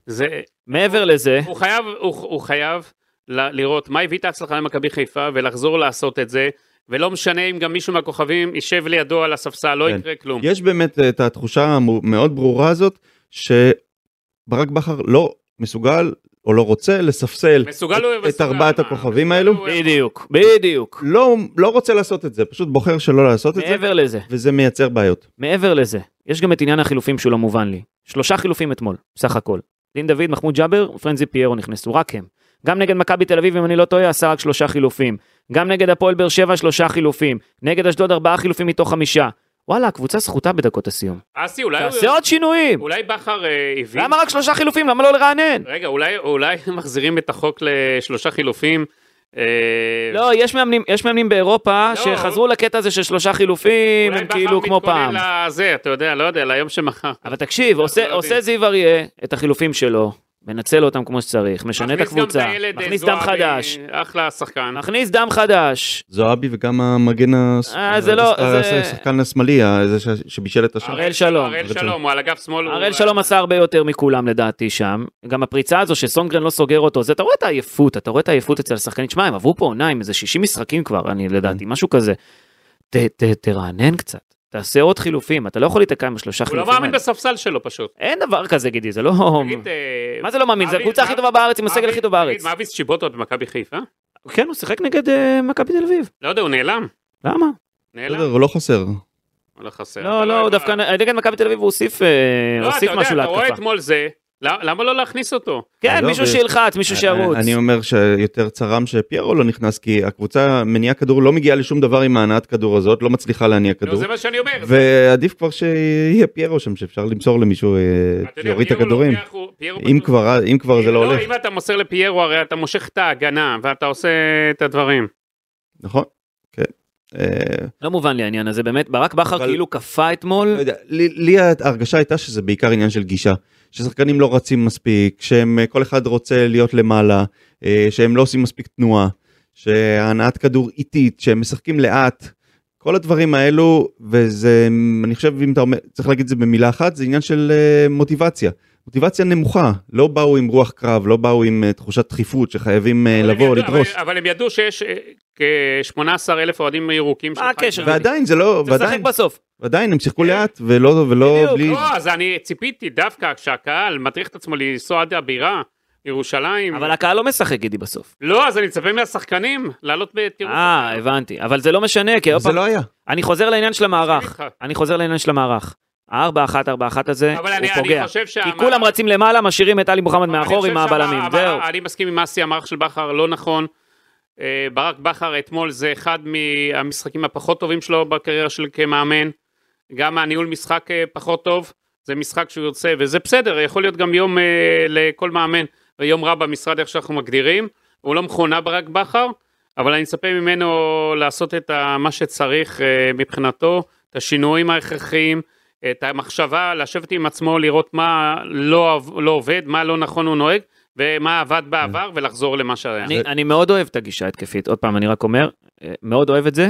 Speaker 4: זה
Speaker 2: מעבר לזה,
Speaker 4: הוא חייב, הוא, הוא חייב ל- לראות מה הביא את ההצלחה למכבי חיפה ולחזור לעשות את זה, ולא משנה אם גם מישהו מהכוכבים יישב לידו על הספסל, לא
Speaker 3: כן.
Speaker 4: יקרה כלום.
Speaker 3: יש באמת אה, את התחושה המאוד ברורה הזאת שברק בכר לא מסוגל, או או לא רוצה לספסל
Speaker 4: מסוגל
Speaker 3: את-
Speaker 4: הוא יהיה
Speaker 3: את
Speaker 4: מסוגל,
Speaker 3: ארבעת
Speaker 4: מה?
Speaker 3: הכוכבים
Speaker 4: מסוגל
Speaker 3: האלו.
Speaker 4: הוא יהיה-
Speaker 2: בדיוק, בדיוק.
Speaker 3: לא, לא רוצה לעשות את זה, פשוט בוחר שלא לעשות
Speaker 4: לא,
Speaker 3: את זה,
Speaker 2: מעבר לזה,
Speaker 3: וזה מייצר בעיות.
Speaker 2: מעבר לזה, יש גם את עניין החילופים שהוא לא מובן לי. שלושה חילופים אתמול, סך הכל. דין דוד, מחמוד ג'אבר, פרנזי פיירו נכנסו, רק הם. גם נגד מכבי תל אביב, אם אני לא טועה, עשה רק שלושה חילופים. גם נגד הפועל באר שבע, שלושה חילופים. נגד אשדוד, ארבעה חילופים מתוך חמישה. וואלה, הקבוצה זכותה בדקות הסיום.
Speaker 4: אסי, אולי הוא-
Speaker 2: תעשה עוד שינויים!
Speaker 4: אולי בכר אה, הבין... אה,
Speaker 2: למה רק שלושה חילופים? למה לא לרענן?
Speaker 4: רגע, אולי- אולי [laughs] מחזירים את החוק לשלושה חילופים. אה,
Speaker 2: לא, יש מאמנים, יש מאמנים באירופה
Speaker 4: לא.
Speaker 2: שחזרו לקטע הזה של שלושה חילופים,
Speaker 4: אולי
Speaker 2: הם
Speaker 4: בכר
Speaker 2: כאילו כמו פעם.
Speaker 4: מתכונן לזה, אתה יודע, לא יודע, ליום שמחר.
Speaker 2: אבל תקשיב, עושה,
Speaker 4: לא יודעים.
Speaker 2: עושה זיו אריה את החילופים שלו, מנצל אותם כמו שצריך, משנה את
Speaker 4: מכניס גם
Speaker 2: הקבוצה,
Speaker 4: הילד, אה,
Speaker 2: מכניס דם
Speaker 4: זועבי,
Speaker 2: חדש,
Speaker 4: אחלה שחקן.
Speaker 2: מכניס דם חדש,
Speaker 3: זועבי וגם המגן הס-
Speaker 2: אה, זה לא-
Speaker 3: הס-
Speaker 2: זה-
Speaker 3: השחקן השמאלי, ה- זה ש- שבישל את השער.
Speaker 2: הראל שלום.
Speaker 4: הראל שלום, הוא על אגף שמאל. הוא-
Speaker 2: הראל שלום עשה הרבה יותר מכולם לדעתי שם, גם הפריצה הזו שסונגרן לא סוגר אותו, זה אתה רואה את העייפות, אתה רואה את העייפות אצל השחקנים, תשמע, הם עברו פה עונה עם איזה 60 משחקים כבר, אני לדעתי, משהו כזה. ת, ת, תרענן קצת, תעשה עוד חילופים, אתה לא יכול להתקע עם השלושה
Speaker 4: הוא לא
Speaker 2: חילופים
Speaker 4: מאמין
Speaker 2: האלה.
Speaker 4: בספסל שלו פשוט.
Speaker 2: אין דבר כזה, גידי, זה לא...
Speaker 4: תגיד, אה,
Speaker 2: מה זה לא מאמין? זה
Speaker 4: מאביס-
Speaker 2: הקבוצה הכי טובה בארץ, עם הסגל הכי טוב
Speaker 4: מאביס-
Speaker 2: בארץ.
Speaker 4: תגיד, מאביס שיבוטו עוד במכבי חיפה?
Speaker 2: כן, הוא שיחק נגד אה, מכבי תל אביב,
Speaker 4: לא יודע, הוא נעלם.
Speaker 2: למה?
Speaker 3: בסדר,
Speaker 4: נעלם.
Speaker 3: הוא לא חסר.
Speaker 4: הוא לא חסר.
Speaker 2: לא, לא, הוא דווקא, נגד מכבי תל אביב הוא הוסיף אה,
Speaker 4: לא,
Speaker 2: הוסיף משהו
Speaker 4: אתה יודע, אתה רואה
Speaker 2: להתקפה.
Speaker 4: אתמול זה, למ- למה לא להכניס אותו?
Speaker 2: כן,
Speaker 3: לא,
Speaker 2: מישהו
Speaker 3: ו-
Speaker 2: שילחץ, מישהו שירוץ.
Speaker 3: אני אומר שיותר צרם שפיירו לא נכנס, כי הקבוצה מניעה כדור, לא מגיעה לשום דבר עם ההנעת כדור הזאת, לא מצליחה להניע
Speaker 4: נו,
Speaker 3: כדור.
Speaker 4: זה מה שאני אומר.
Speaker 3: ועדיף כבר שיהיה פיירו שם, שאפשר למסור למישהו אה,
Speaker 4: אתה יודע,
Speaker 3: שיוריד את
Speaker 4: פיירו
Speaker 3: הכדורים.
Speaker 4: לוקח, הוא- פיירו
Speaker 3: אם
Speaker 4: פשוט-
Speaker 3: כבר, אם כבר זה לא הולך,
Speaker 4: אם אתה מוסר לפיירו, הרי אתה מושך את ההגנה, ואתה עושה את הדברים.
Speaker 3: נכון? כן. אה,
Speaker 2: לא מובן לי העניין הזה, באמת, ברק בכר
Speaker 3: אבל-
Speaker 2: כאילו קפא אתמול.
Speaker 3: לא יודע, לי, לי ההרגשה הייתה שזה בעיקר עניין של גישה. ששחקנים לא רצים מספיק, שהם אה, כל אחד רוצה להיות למעלה, אה, שהם לא עושים מספיק תנועה, שההנעת כדור איטית, שהם משחקים לאט, כל הדברים האלו, וזה, מ, אני חושב, אם אתה אומר, צריך להגיד את זה במילה אחת, זה עניין של אה, מוטיבציה. מוטיבציה נמוכה, לא באו עם רוח קרב, לא באו עם אה, תחושת דחיפות שחייבים אה,
Speaker 4: אבל הם
Speaker 3: לבוא,
Speaker 4: ידעו-
Speaker 3: לדרוס.
Speaker 4: אבל- אבל הם ידעו שיש כ-18 אלף אוהדים ירוקים
Speaker 2: מה
Speaker 4: חיפה.
Speaker 2: הקשר?
Speaker 3: ועדיין זה לא,
Speaker 2: צריך לשחק
Speaker 3: ועדיין,
Speaker 2: בסוף. אה,
Speaker 3: ועדיין הם שיחקו
Speaker 4: כן.
Speaker 3: לאט, ולא, ולא,
Speaker 2: בדיוק,
Speaker 3: בלי,
Speaker 4: לא, אז אני ציפיתי דווקא כשהקהל מטריח את עצמו לנסוע עד הבירה, ירושלים.
Speaker 2: אבל הקהל לא משחק, גידי, בסוף.
Speaker 4: לא, אז אני מצפה מהשחקנים לעלות בטירוף.
Speaker 2: אה, הבנתי. אבל זה לא משנה, כי עוד
Speaker 3: זה
Speaker 2: פעם,
Speaker 3: לא היה.
Speaker 2: אני חוזר לעניין של המערך.
Speaker 4: מסכים איתך.
Speaker 2: אני חוזר לעניין של המערך. הארבע אחת, ארבע אחת הזה,
Speaker 4: אבל אני-
Speaker 2: הוא
Speaker 4: אני
Speaker 2: פוגע.
Speaker 4: חושב שה-
Speaker 2: כי כולם רצים למעלה, משאירים את עלי מוחמד
Speaker 4: אני
Speaker 2: מאחור
Speaker 4: חושב
Speaker 2: עם הבלמים,
Speaker 4: שהמערך-
Speaker 2: זהו.
Speaker 4: אני מסכים עם אסי, המערך של בכר לא נכון. אה, ברק בכר אתמול זה אחד מהמשחקים הפחות טובים שלו בקריירה שלו כמאמן. גם הניהול משחק אה, פחות טוב, זה משחק שהוא יוצא, וזה בסדר, יכול להיות גם יום אה, לכל מאמן, יום רע במשרד, איך שאנחנו מגדירים. הוא לא מכונה ברק בכר, אבל אני מצפה ממנו לעשות את ה- מה שצריך אה, מבחינתו, את השינויים ההכרחיים, את המחשבה, לשבת עם עצמו, לראות מה לא, עב- לא עובד, מה לא נכון הוא נוהג, ומה עבד בעבר, ולחזור למה שהיה.
Speaker 2: אני- אני מאוד אוהב את הגישה ההתקפית, עוד פעם, אני רק אומר, אה, מאוד אוהב את זה.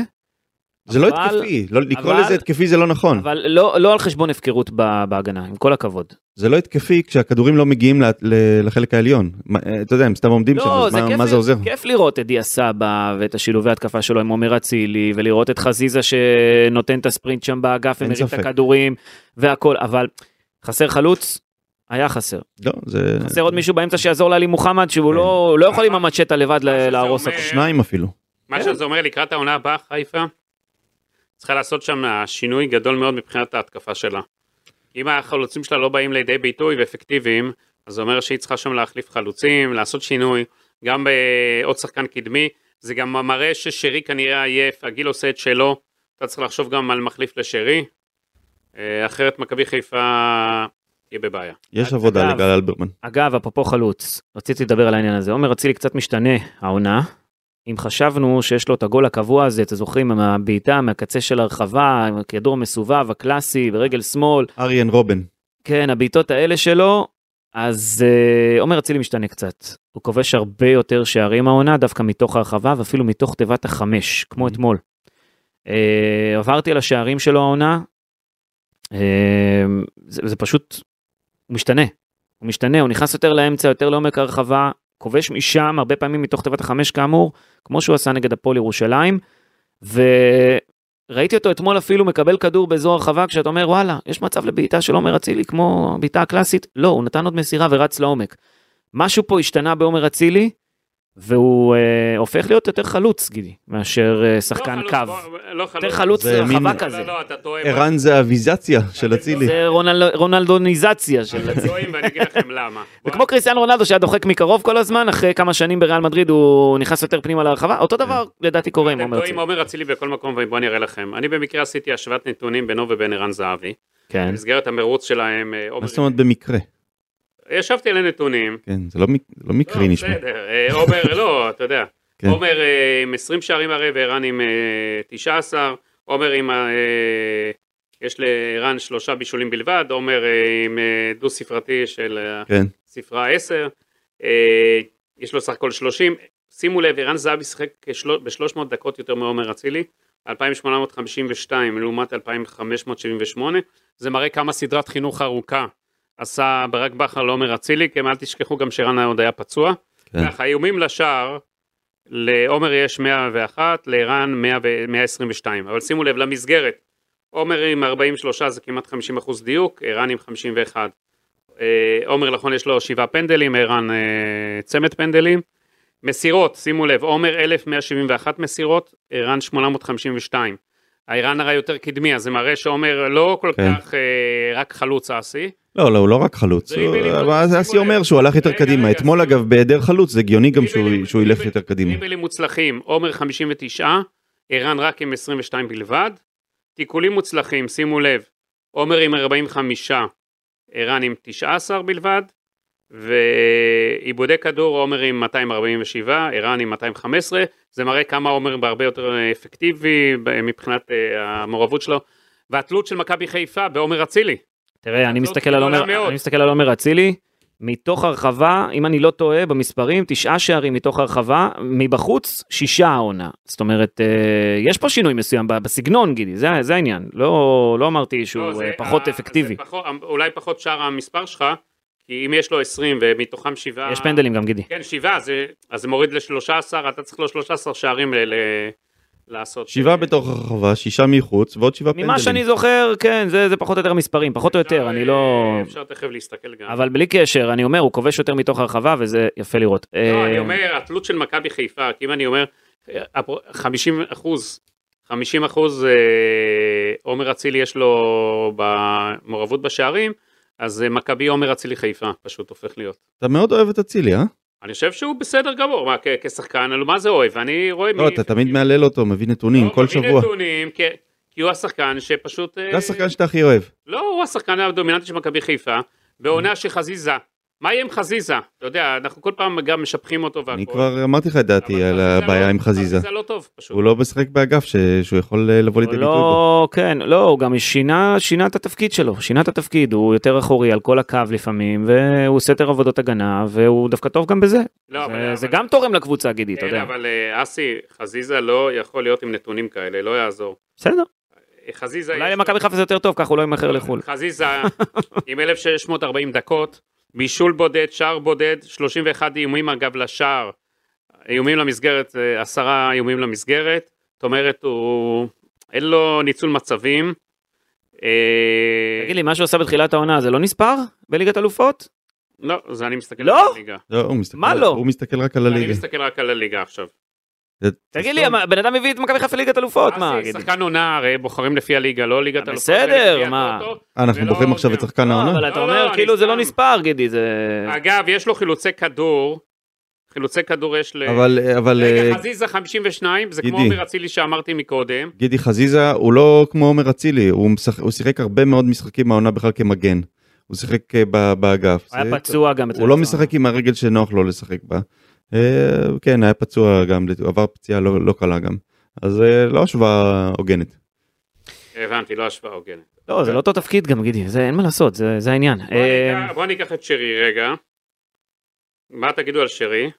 Speaker 3: זה לא
Speaker 2: אבל-
Speaker 3: התקפי, לא, לקרוא
Speaker 2: אבל-
Speaker 3: לזה התקפי זה לא נכון.
Speaker 2: אבל לא, לא על חשבון הפקרות ב- בהגנה, עם כל הכבוד.
Speaker 3: זה לא התקפי כשהכדורים לא מגיעים ל- ל- לחלק העליון. מה, אה, אתה יודע, הם סתם עומדים שם,
Speaker 2: לא,
Speaker 3: אז
Speaker 2: זה
Speaker 3: מה,
Speaker 2: כיף,
Speaker 3: מה זה עוזר?
Speaker 2: כיף לראות את דיה סבא ואת השילובי התקפה שלו עם עומר אצילי, ולראות את חזיזה שנותן את הספרינט שם באגף
Speaker 3: אין
Speaker 2: ומרים את
Speaker 3: ספק.
Speaker 2: הכדורים והכל, אבל חסר חלוץ? היה חסר.
Speaker 3: לא, זה
Speaker 2: חסר עוד מישהו באמצע שיעזור לעלי מוחמד, שהוא לא, לא יכול עם המצ'טה לבד ל-
Speaker 4: שזה
Speaker 2: להרוס
Speaker 4: אומר-
Speaker 2: אותו.
Speaker 3: שניים אפילו.
Speaker 4: מה
Speaker 2: כן.
Speaker 4: שזה אומר לקראת העונה הבאה, חיפה, צריכה לעשות שם שינוי גדול מאוד מבחינת ההתקפה שלה. אם החלוצים שלה לא באים לידי ביטוי ואפקטיביים, אז זה אומר שהיא צריכה שם להחליף חלוצים, לעשות שינוי, גם בעוד שחקן קדמי, זה גם מראה ששרי כנראה עייף, הגיל עושה את שלו, אתה צריך לחשוב גם על מחליף לשרי, אה, אחרת מכבי חיפה יהיה בבעיה.
Speaker 3: יש
Speaker 2: אגב-
Speaker 3: עבודה לגל אלברמן.
Speaker 2: אגב, אפרופו חלוץ, רציתי לדבר על העניין הזה. עומר אצילי קצת משתנה העונה. אם חשבנו שיש לו את הגול הקבוע הזה, אתם זוכרים, עם הבעיטה מהקצה של הרחבה, עם הכדור המסובב, הקלאסי, ברגל שמאל,
Speaker 3: אריאן רובן.
Speaker 2: כן, הבעיטות האלה שלו, אז אה, עומר אצילי משתנה קצת. הוא כובש הרבה יותר שערים העונה, דווקא מתוך הרחבה ואפילו מתוך תיבת החמש, כמו אתמול. אה, עברתי על השערים שלו העונה, אה, זה, זה פשוט, הוא משתנה. הוא משתנה, הוא נכנס יותר לאמצע, יותר לעומק הרחבה, כובש משם, הרבה פעמים מתוך תיבת החמש כאמור, כמו שהוא עשה נגד הפועל ירושלים, ו- ראיתי אותו אתמול אפילו מקבל כדור באזור הרחבה, כשאתה אומר, וואלה, יש מצב לבעיטה של עומר אצילי כמו הבעיטה הקלאסית? לא, הוא נתן עוד מסירה ורץ לעומק. משהו פה השתנה בעומר אצילי, והוא אה, הופך להיות יותר חלוץ, גידי, מאשר אה, שחקן
Speaker 4: לא
Speaker 2: קו.
Speaker 4: חלוץ, בוא- לא חלוץ.
Speaker 2: יותר חלוץ
Speaker 3: זה מין-
Speaker 2: רחבה
Speaker 3: לא,
Speaker 4: לא,
Speaker 2: כזה.
Speaker 4: לא, אתה טועה.
Speaker 3: ערן זה אביזציה של אצילי.
Speaker 2: זה רונל- רונלדוניזציה של
Speaker 4: אתם טועים ואני אגיד לכם למה.
Speaker 2: זה כמו קריסטיאנו רונלדו שהיה דוחק מקרוב כל הזמן, אחרי כמה שנים בריאל מדריד הוא נכנס יותר פנימה לרחבה, אותו דבר לדעתי קורה עם
Speaker 4: כן. אתם
Speaker 2: עומר
Speaker 4: טועים,
Speaker 2: אצילי.
Speaker 4: עומר אצילי בכל מקום, ובואו אני אראה לכם. אני במקרה עשיתי השוואת נתונים בינו ובין ערן זהבי.
Speaker 2: כן.
Speaker 4: במסגרת המרוץ שלהם, אה, עומר...
Speaker 3: מה זאת אומרת במקרה?
Speaker 4: ישבתי על הנתונים.
Speaker 3: כן, זה לא מק- זה לא
Speaker 4: לא,
Speaker 3: מקרי נשמע.
Speaker 4: בסדר, אה, עומר, לא, אתה יודע.
Speaker 3: כן.
Speaker 4: עומר אה, עם 20 שערים הרי וערן עם אה, 19. עומר עם... ה- אה, יש לערן שלושה בישולים בלבד. עומר אה, עם אה, דו-ספרתי של אה,
Speaker 3: כן,
Speaker 4: ספרה 10, אה, יש לו סך הכל 30. שימו לב, ערן זהבי שיחק ב-300 דקות יותר מעומר אצילי, 2,852 לעומת 2,578, זה מראה כמה סדרת חינוך ארוכה עשה ברק בכר לעומר אצילי, כי אל תשכחו גם שרן עוד היה פצוע.
Speaker 3: כן.
Speaker 4: ככה, איומים לשער, לעומר יש 101, לערן 100 ו- 122, אבל שימו לב למסגרת, עומר עם 43 זה כמעט 50% דיוק, ערן עם 51. אה, עומר נכון יש לו 7 פנדלים, ערן אה, צמד פנדלים. מסירות, שימו לב, עומר 1171 מסירות, ערן 852. הערן הרי יותר קדמי, אז זה מראה שעומר לא כל
Speaker 3: כן.
Speaker 4: כך אה, רק חלוץ אסי.
Speaker 3: לא, לא, הוא לא רק חלוץ.
Speaker 4: דריבלים,
Speaker 3: הוא-
Speaker 4: דריבלים,
Speaker 3: אבל אז אסי
Speaker 4: שימו לב.
Speaker 3: אומר שהוא הלך יותר
Speaker 4: רגע,
Speaker 3: קדימה.
Speaker 4: רגע,
Speaker 3: אתמול,
Speaker 4: שימו-
Speaker 3: אגב, בהיעדר חלוץ, זה הגיוני גם שהוא-
Speaker 4: דריבלים,
Speaker 3: שהוא ילך
Speaker 4: דריבל-
Speaker 3: יותר קדימה.
Speaker 4: דריבלים מוצלחים, עומר 59, ערן רק עם 22 בלבד. תיקולים מוצלחים, שימו לב, עומר עם 45, ערן עם 19 בלבד. ועיבודי כדור, עומר עם 247, ערן עם 215, זה מראה כמה עומר בהרבה יותר אפקטיבי ב- מבחינת אה, המעורבות שלו, והתלות של מכבי חיפה בעומר אצילי.
Speaker 2: תראה, אני
Speaker 4: זאת
Speaker 2: מסתכל על
Speaker 4: גדולה
Speaker 2: עומר-
Speaker 4: מאוד.
Speaker 2: אני מסתכל על עומר אצילי, מתוך הרחבה, אם אני לא טועה במספרים, תשעה שערים מתוך הרחבה, מבחוץ, שישה העונה. זאת אומרת, אה, יש פה שינוי מסוים ב- בסגנון, גידי, זה זה העניין. לא לא אמרתי
Speaker 4: לא,
Speaker 2: שהוא
Speaker 4: זה-
Speaker 2: אה, פחות
Speaker 4: אה,
Speaker 2: אפקטיבי.
Speaker 4: זה פחות- אולי פחות שער המספר שלך, כי אם יש לו 20 ומתוכם שבעה...
Speaker 2: יש פנדלים גם, גידי.
Speaker 4: כן, שבעה, זה, אז זה מוריד ל-13, אתה צריך לו 13 שערים ל, ל, לעשות. אה,
Speaker 3: שבעה בתוך הרחבה, שישה מחוץ ועוד שבעה פנדלים.
Speaker 2: ממה שאני זוכר, כן, זה זה פחות או יותר המספרים, פחות או יותר, אני לא...
Speaker 4: אה, אפשר תכף להסתכל גם.
Speaker 2: אבל בלי קשר, אני אומר, הוא כובש יותר מתוך הרחבה, וזה יפה לראות.
Speaker 4: לא,
Speaker 2: אה,
Speaker 4: אני אומר, התלות של מכבי חיפה, כי אם אני אומר, אה, הפרו- 50 אחוז, 50 אחוז אה, עומר אצילי יש לו במעורבות בשערים, אז אה, מכבי עומר אצילי חיפה פשוט הופך להיות.
Speaker 3: אתה מאוד אוהב את אצילי, אה?
Speaker 4: אני חושב שהוא בסדר גמור, מה, כ- כשחקן, על מה זה אוהב, אני רואה...
Speaker 3: לא, אתה תמיד מהלל אותו, מביא נתונים כל שבוע.
Speaker 4: לא, נתונים, כי- כי הוא השחקן שפשוט... אה,
Speaker 3: זה השחקן שאתה הכי אוהב.
Speaker 4: לא, הוא השחקן הדומיננטי של מכבי חיפה, בעונה שחזיזה. מה יהיה עם חזיזה? אתה יודע, אנחנו כל פעם גם משבחים אותו והכל.
Speaker 3: אני כבר אמרתי לך את
Speaker 4: אבל
Speaker 3: דעתי על
Speaker 4: חזיזה
Speaker 3: הבעיה
Speaker 4: לא-
Speaker 3: עם חזיזה.
Speaker 4: חזיזה לא טוב, פשוט.
Speaker 3: הוא לא משחק באגף ש- שהוא יכול אה, לבוא לידי
Speaker 2: הוא
Speaker 3: ביטוי בו.
Speaker 2: לא, כן, לא, הוא גם שינה, שינה את התפקיד שלו, שינה את התפקיד, הוא יותר אחורי על כל הקו לפעמים, והוא עושה יותר עבודות הגנה, והוא דווקא טוב גם בזה.
Speaker 4: לא,
Speaker 2: זה-
Speaker 4: אבל-
Speaker 2: זה
Speaker 4: אבל-
Speaker 2: גם תורם לקבוצה, גידי, אתה
Speaker 4: כן,
Speaker 2: יודע.
Speaker 4: אבל אה, אסי, חזיזה לא יכול להיות עם נתונים כאלה, לא יעזור.
Speaker 2: בסדר,
Speaker 4: אה, חזיזה... יש
Speaker 2: אולי
Speaker 4: לו- אה,
Speaker 2: למכבי חיפה זה יותר טוב, ככה הוא לא ימכר לחו"ל.
Speaker 4: חזיזה עם 1,640 דקות, בישול בודד, שער בודד, 31 איומים אגב לשער, איומים למסגרת, אה, עשרה איומים למסגרת, זאת אומרת הוא, אין לו ניצול מצבים. אה,
Speaker 2: תגיד לי, מה שהוא עשה בתחילת העונה זה לא נספר בליגת אלופות?
Speaker 4: לא, זה אני מסתכל
Speaker 2: לא?
Speaker 4: על הליגה.
Speaker 3: לא, הוא מסתכל-
Speaker 2: מה לא?
Speaker 3: הוא מסתכל רק על
Speaker 4: אני
Speaker 3: הליגה.
Speaker 4: מסתכל רק על הליגה עכשיו.
Speaker 3: זה-
Speaker 2: תגיד
Speaker 3: תסתום.
Speaker 2: לי, הבן אדם הביא את מכבי חיפה לליגת אלופות, מה,
Speaker 4: אסי,
Speaker 2: גידי?
Speaker 4: אה, שחקן עונה, הרי בוחרים לפי הליגה, לא ליגת אלופות.
Speaker 2: בסדר,
Speaker 4: ולפי
Speaker 2: מה?
Speaker 4: הטוטו.
Speaker 3: אה, אנחנו
Speaker 4: ולא-
Speaker 3: בוחרים עכשיו את שחקן
Speaker 2: לא,
Speaker 3: העונה?
Speaker 2: אבל אתה
Speaker 4: לא,
Speaker 2: אומר,
Speaker 4: לא,
Speaker 2: כאילו זה לא
Speaker 4: אני סתם. אה,
Speaker 2: נספר, גידי, זה...
Speaker 4: אגב, יש לו חילוצי כדור, חילוצי כדור יש ל...
Speaker 3: אבל אבל אה,
Speaker 4: רגע, חזיזה 52, זה כמו
Speaker 3: גידי.
Speaker 4: עומר אצילי שאמרתי מקודם.
Speaker 3: גידי חזיזה הוא לא כמו עומר אצילי, הוא משחק- הוא שיחק הרבה מאוד משחקים העונה בכלל כמגן. הוא שיחק אה, ב- באגף.
Speaker 2: היה
Speaker 3: זה-
Speaker 2: פצוע גם.
Speaker 3: הוא לא משחק עם הרגל שנוח לו לשחק בה. אה, כן, היה פצוע גם, עבר פציעה לא לא קלה גם. אז אה, לא השוואה הוגנת.
Speaker 4: הבנתי, לא השוואה הוגנת.
Speaker 2: לא, זה לא אותו תפקיד גם, גידי, זה אין מה לעשות, זה זה העניין.
Speaker 4: בוא
Speaker 2: אה,
Speaker 3: אמ,
Speaker 4: ניקח- בוא ניקח את שרי רגע. מה תגידו על שרי?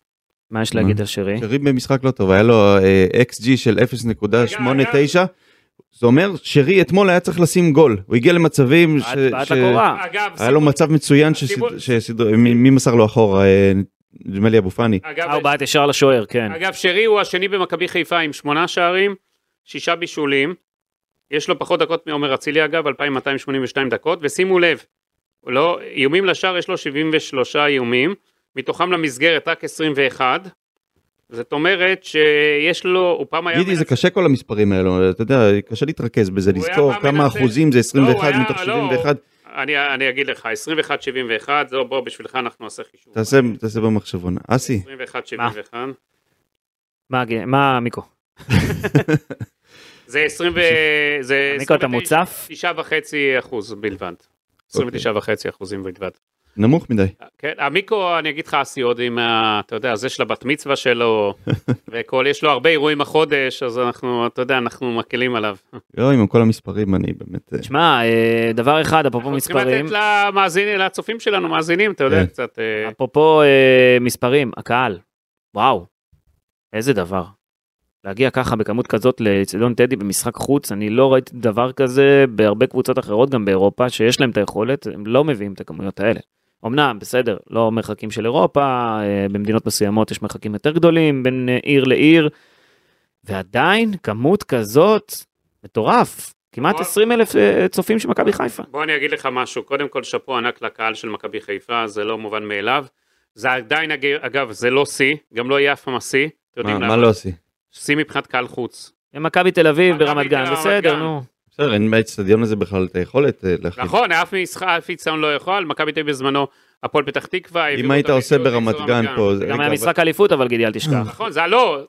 Speaker 2: מה יש להגיד על שרי?
Speaker 3: שרי במשחק לא טוב, היה לו אקס-ג'י של 0.89. זה אומר, שרי אתמול היה צריך לשים גול. הוא הגיע למצבים
Speaker 4: אה,
Speaker 3: ש...
Speaker 2: בעט- בעט
Speaker 3: ש-
Speaker 2: לקורה.
Speaker 4: אגב,
Speaker 3: אה, היה לו מצב מצוין
Speaker 4: הסיבוב-
Speaker 3: שמי מסר לו אחורה? אה, נדמה לי אבו פאני.
Speaker 4: אגב,
Speaker 2: אה, הוא בעט ישר לשוער, כן.
Speaker 4: אגב, שרי הוא השני במכבי חיפה עם שמונה שערים, שישה בישולים. יש לו פחות דקות מעומר אצילי אגב, 2,282 דקות, ושימו לב, לא, איומים לשער יש לו 73 איומים, מתוכם למסגרת רק 21. זאת אומרת שיש לו, הוא פעם היה...
Speaker 3: גידי, זה
Speaker 4: מנצח-
Speaker 3: קשה כל המספרים האלו, אתה יודע, קשה להתרכז בזה,
Speaker 4: הוא היה
Speaker 3: לזכור
Speaker 4: מאמן
Speaker 3: כמה
Speaker 4: הזה.
Speaker 3: אחוזים זה
Speaker 4: לא, הוא
Speaker 3: 21
Speaker 4: היה-
Speaker 3: מתוך
Speaker 4: לא,
Speaker 3: 71.
Speaker 4: אני, אני אגיד לך, 21-71, זה לא, בוא, בשבילך אנחנו נעשה חישוב.
Speaker 3: תעשה תעשה במחשבון. אסי,
Speaker 4: 21-71.
Speaker 2: מה, ג- מה מיקו?
Speaker 4: אה, זה 20 ו... זה
Speaker 2: מיקו אתה מוצף?
Speaker 4: 9.5 אחוז בלבד.
Speaker 3: אוקיי.
Speaker 4: 29.5 אחוזים בלבד.
Speaker 3: נמוך מדי.
Speaker 4: כן, המיקרו, אני אגיד לך, אסי עוד עם, ה- אתה יודע, זה של הבת מצווה
Speaker 3: [laughs]
Speaker 4: שלו, וכל, יש לו הרבה אירועים החודש, אז אנחנו, אתה יודע, אנחנו מקלים עליו.
Speaker 3: לא, עם כל המספרים אני באמת... אה,
Speaker 2: שמע, אה, דבר אחד, אפרופו
Speaker 4: אנחנו צריכים
Speaker 2: מספרים,
Speaker 4: לתת למאזינים, לצופים שלנו, מאזינים, אתה יודע,
Speaker 3: כן.
Speaker 4: קצת... אה,
Speaker 2: אפרופו אה, מספרים, הקהל, וואו, איזה דבר. להגיע ככה בכמות כזאת לאצטדיון טדי במשחק חוץ, אני לא ראיתי דבר כזה בהרבה קבוצות אחרות, גם באירופה, שיש להם את היכולת, הם לא מביאים את הכמויות האלה. אמנם, בסדר, לא מרחקים של אירופה, אה, במדינות מסוימות יש מרחקים יותר גדולים בין אה, עיר לעיר, ועדיין כמות כזאת, מטורף, כמעט
Speaker 4: וואו.
Speaker 2: 20 אלף אה, צופים של מכבי חיפה.
Speaker 4: בוא אני אגיד לך משהו, קודם כל שאפו ענק לקהל של מכבי חיפה, זה לא מובן מאליו. זה עדיין, אג- אגב, זה לא שיא, גם לא יהיה אף פעם השיא. אתם
Speaker 3: מה-
Speaker 4: יודעים
Speaker 3: מה
Speaker 4: למה?
Speaker 3: לא עשי?
Speaker 4: שיא מבחינת קהל חוץ.
Speaker 2: מכבי תל אביב
Speaker 4: מכבי
Speaker 2: ברמת גן,
Speaker 4: ברמת
Speaker 2: בסדר,
Speaker 4: גן.
Speaker 2: נו.
Speaker 3: בסדר, אין באצטדיון הזה בכלל את היכולת אה, להכין.
Speaker 4: נכון, אף משחק, אף איצטדיון לא יכול, מכבי תל אביב בזמנו, הפועל פתח תקווה.
Speaker 3: אם
Speaker 4: העבירו
Speaker 3: היית
Speaker 4: אותם
Speaker 3: עושה
Speaker 4: לקישור,
Speaker 3: ברמת
Speaker 4: קיצור
Speaker 3: גן פה...
Speaker 2: גם
Speaker 3: זה- רגע,
Speaker 2: היה
Speaker 3: אבל-
Speaker 2: משחק אליפות, אבל גידי, אל תשכח.
Speaker 4: נכון, זה לא,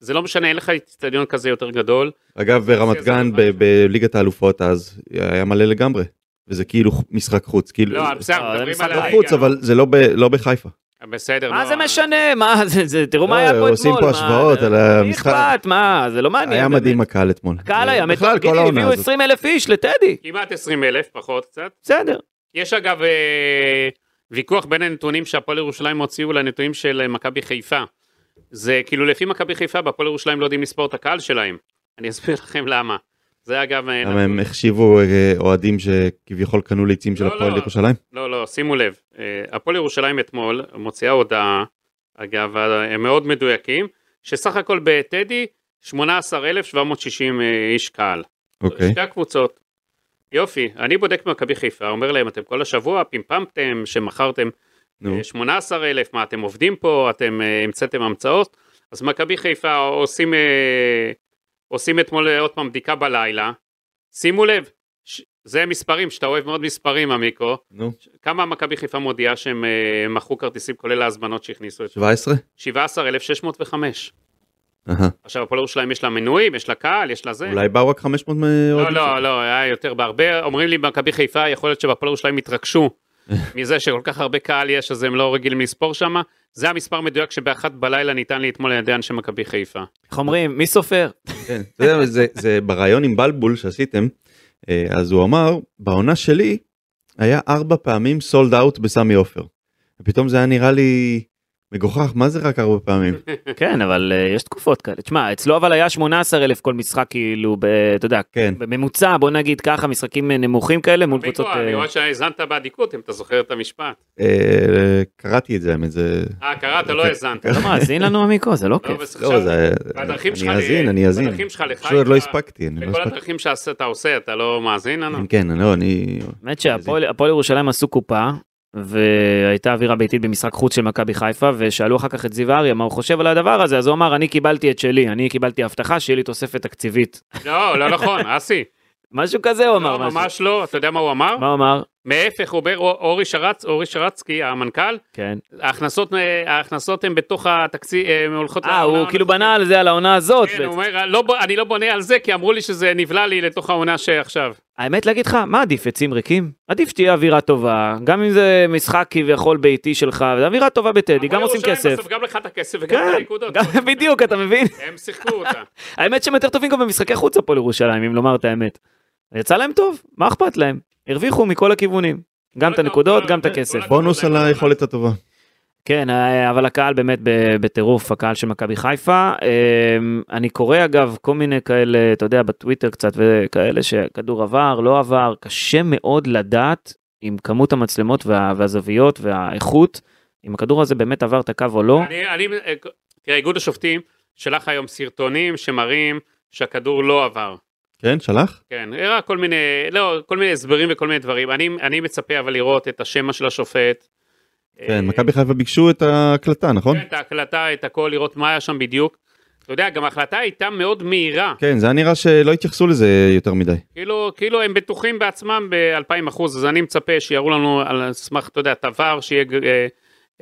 Speaker 4: זה לא משנה, אין לך איצטדיון כזה יותר גדול.
Speaker 3: אגב, ברמת
Speaker 4: זה-
Speaker 3: גן,
Speaker 4: זה-
Speaker 3: ב- בליגת האלופות אז, היה מלא לגמרי. וזה כאילו משחק חוץ, כאילו...
Speaker 4: לא,
Speaker 2: לא,
Speaker 4: בסדר,
Speaker 2: זה
Speaker 4: מדברים
Speaker 2: משחק
Speaker 4: על הליגה.
Speaker 3: חוץ, אבל זה לא ב- לא בחיפה.
Speaker 4: בסדר,
Speaker 2: מה
Speaker 4: נו, אה,
Speaker 2: זה משנה? מה זה, זה, תראו מה
Speaker 3: אה, לא,
Speaker 2: היה פה אתמול.
Speaker 3: עושים פה
Speaker 2: מה-
Speaker 3: השוואות על המשחק.
Speaker 2: מי אכפת? מה, זה לא מעניין.
Speaker 3: היה
Speaker 2: באמת.
Speaker 3: מדהים הקהל אתמול.
Speaker 2: הקהל היה
Speaker 3: בכלל,
Speaker 2: מטורף,
Speaker 3: כל
Speaker 2: גידי,
Speaker 3: העונה
Speaker 2: הביאו
Speaker 3: הזאת.
Speaker 2: 20 אלף איש לטדי,
Speaker 4: כמעט 20 אלף, פחות קצת.
Speaker 2: בסדר.
Speaker 4: יש אגב אה, ויכוח בין הנתונים שהפועל ירושלים הוציאו לנתונים של אה, מכבי חיפה. זה כאילו לפי מכבי חיפה, בהפועל ירושלים לא יודעים לספור את הקהל שלהם. אני אסביר [laughs] לכם למה. זה אגב... אה,
Speaker 3: למה הם החשיבו אה, אוהדים שכביכול קנו ליצים של
Speaker 4: לא,
Speaker 3: הפועל
Speaker 4: לא.
Speaker 3: ירושלים?
Speaker 4: לא, לא, שימו לב, אה, הפועל ירושלים אתמול מוציאה הודעה, אגב, אה, הם מאוד מדויקים, שסך הכל בטדי 18,760 אה, איש קהל.
Speaker 3: אוקיי.
Speaker 4: שתי הקבוצות. יופי, אני בודק במכבי חיפה, אומר להם, אתם כל השבוע פימפמתם, שמכרתם
Speaker 3: נו.
Speaker 4: אה, 18,000, מה אתם עובדים פה, אתם אה, המצאתם המצאות, אז מכבי חיפה עושים, אה, עושים אתמול אה, עוד פעם בדיקה בלילה, שימו לב, ש- זה מספרים, שאתה אוהב מאוד מספרים עמיקו,
Speaker 3: נו.
Speaker 4: כמה מכבי חיפה מודיעה שהם אה, מכרו כרטיסים כולל ההזמנות שהכניסו את
Speaker 3: 17?
Speaker 4: 17,605.
Speaker 3: אהה.
Speaker 4: עכשיו הפועל ירושלים יש לה מנויים, יש לה קהל, יש לה זה.
Speaker 3: אולי באו רק 500
Speaker 4: לא,
Speaker 3: אוהדים?
Speaker 4: לא, לא, היה יותר בהרבה, אומרים לי במכבי חיפה, יכול להיות שבפועל
Speaker 2: [laughs]
Speaker 4: ירושלים התרגשו מזה שכל כך הרבה קהל יש, אז הם לא רגילים לספור שם. זה המספר המדויק שבאחת בלילה ניתן לי אתמול על ידי אנשי מכבי חיפה.
Speaker 2: איך אומרים, מי סופר?
Speaker 3: כן, אתה יודע, זה- זה בריאיון עם בלבול שעשיתם, אה, אז הוא אמר, בעונה שלי היה ארבע פעמים סולד אאוט בסמי עופר. ופתאום זה היה נראה לי מגוחך, מה זה רק ארבע
Speaker 4: [laughs]
Speaker 3: פעמים?
Speaker 2: כן, אבל אה, יש תקופות כאלה. תשמע, אצלו אבל היה 18 אלף כל משחק, כאילו, ב- אתה יודע,
Speaker 3: כן.
Speaker 2: בממוצע, בוא נגיד ככה, משחקים אה, נמוכים כאלה מול קבוצות...
Speaker 4: מיקו, אני
Speaker 2: אה,
Speaker 4: רואה שהאזנת באדיקות, אם אתה זוכר את המשפט.
Speaker 3: אה, קראתי את זה, האמת, זה...
Speaker 4: אה, קראת, לא
Speaker 3: כן.
Speaker 4: האזנת.
Speaker 2: אתה לא מאזין לנו עמיקו, זה לא
Speaker 4: לא,
Speaker 2: כיף.
Speaker 4: בסדר.
Speaker 3: לא, זה...
Speaker 4: בדרכים שלך
Speaker 3: אני
Speaker 4: ל-
Speaker 3: אאזין, אני אאזין.
Speaker 4: בדרכים שלך
Speaker 3: פשוט עוד לא
Speaker 4: לחיפה,
Speaker 3: הספקתי, אני לא
Speaker 4: בכל
Speaker 3: הספקתי.
Speaker 4: הדרכים שאתה עושה, אתה לא מאזין לנו?
Speaker 3: כן, אני לא, אני...
Speaker 2: האמת שהפועל הפועל ירושלים עשו קופה, והייתה אווירה ביתית במשחק חוץ של מכבי חיפה, ושאלו אחר כך את זיו אריה מה הוא חושב על הדבר הזה, אז הוא אמר, אני קיבלתי את שלי, אני קיבלתי הבטחה שיהיה לי תוספת תקציבית.
Speaker 4: לא, לא נכון,
Speaker 2: [laughs]
Speaker 4: אסי.
Speaker 2: משהו כזה הוא אמר
Speaker 4: לא,
Speaker 2: משהו.
Speaker 4: ממש לא, אתה יודע מה הוא אמר?
Speaker 2: מה הוא אמר?
Speaker 4: מההפך, הוא אומר, אורי שרצ- אורי שרצקי, המנכ"ל,
Speaker 2: כן.
Speaker 4: ההכנסות, אה, ההכנסות הן בתוך התקציב, הן הולכות...
Speaker 2: אה,
Speaker 4: לעונה
Speaker 2: הוא כאילו
Speaker 4: הנוכחית.
Speaker 2: בנה על זה, על העונה הזאת.
Speaker 4: לא, כן,
Speaker 2: בעצם.
Speaker 4: הוא אומר, "לא ב- אני לא בונה על זה, כי אמרו לי שזה נבלע לי לתוך העונה שעכשיו.
Speaker 2: האמת להגיד לך, מה עדיף, עצים ריקים? עדיף שתהיה אווירה טובה, גם אם זה משחק כביכול ביתי שלך, זה אווירה טובה בטדי, אה, גם
Speaker 4: הפועל
Speaker 2: עושים
Speaker 4: ירושלים
Speaker 2: כסף.
Speaker 4: בסוף גם לך את הכסף וגם את
Speaker 2: כן,
Speaker 4: הנקודות.
Speaker 2: גם- [laughs] בדיוק, אתה מבין?
Speaker 4: הם שיחקו אותה.
Speaker 2: האמת שהם יותר טובים גם במשחקי חוץ הפועל ירושלים, אם לומר את האמת. יצא להם טוב, מה אכפת להם? הרוויחו מכל הכיוונים. גם את הנקודות, גם את הכסף.
Speaker 3: בונוס על היכולת הטובה.
Speaker 2: כן, אה, אבל הקהל באמת ב- בטירוף, הקהל של מכבי חיפה. אה, אני קורא אגב כל מיני כאלה, אתה יודע, בטוויטר קצת וכאלה שכדור עבר, לא עבר, קשה מאוד לדעת עם כמות המצלמות וה- והזוויות והאיכות, אם הכדור הזה באמת עבר את הקו [laughs] או לא.
Speaker 4: אני, אני, אה, תראה, איגוד השופטים שלח היום סרטונים שמראים שהכדור לא עבר.
Speaker 3: כן, שלח?
Speaker 4: כן, הראה כל מיני, לא, כל מיני הסברים וכל מיני דברים. אני, אני מצפה אבל לראות את השמע של השופט,
Speaker 3: כן,
Speaker 2: נכון.
Speaker 3: מכבי חיפה ביקשו את ההקלטה, נכון?
Speaker 4: כן, את ההקלטה, את הכל, לראות מה היה שם בדיוק. אתה יודע, גם ההחלטה הייתה מאוד מהירה.
Speaker 3: כן, זה היה נראה שלא התייחסו לזה יותר מדי.
Speaker 4: כאילו, כאילו הם בטוחים בעצמם ב-2000 אחוז, אז אני מצפה שיראו לנו על סמך, אתה יודע, את הוואר, שיהיה, אה,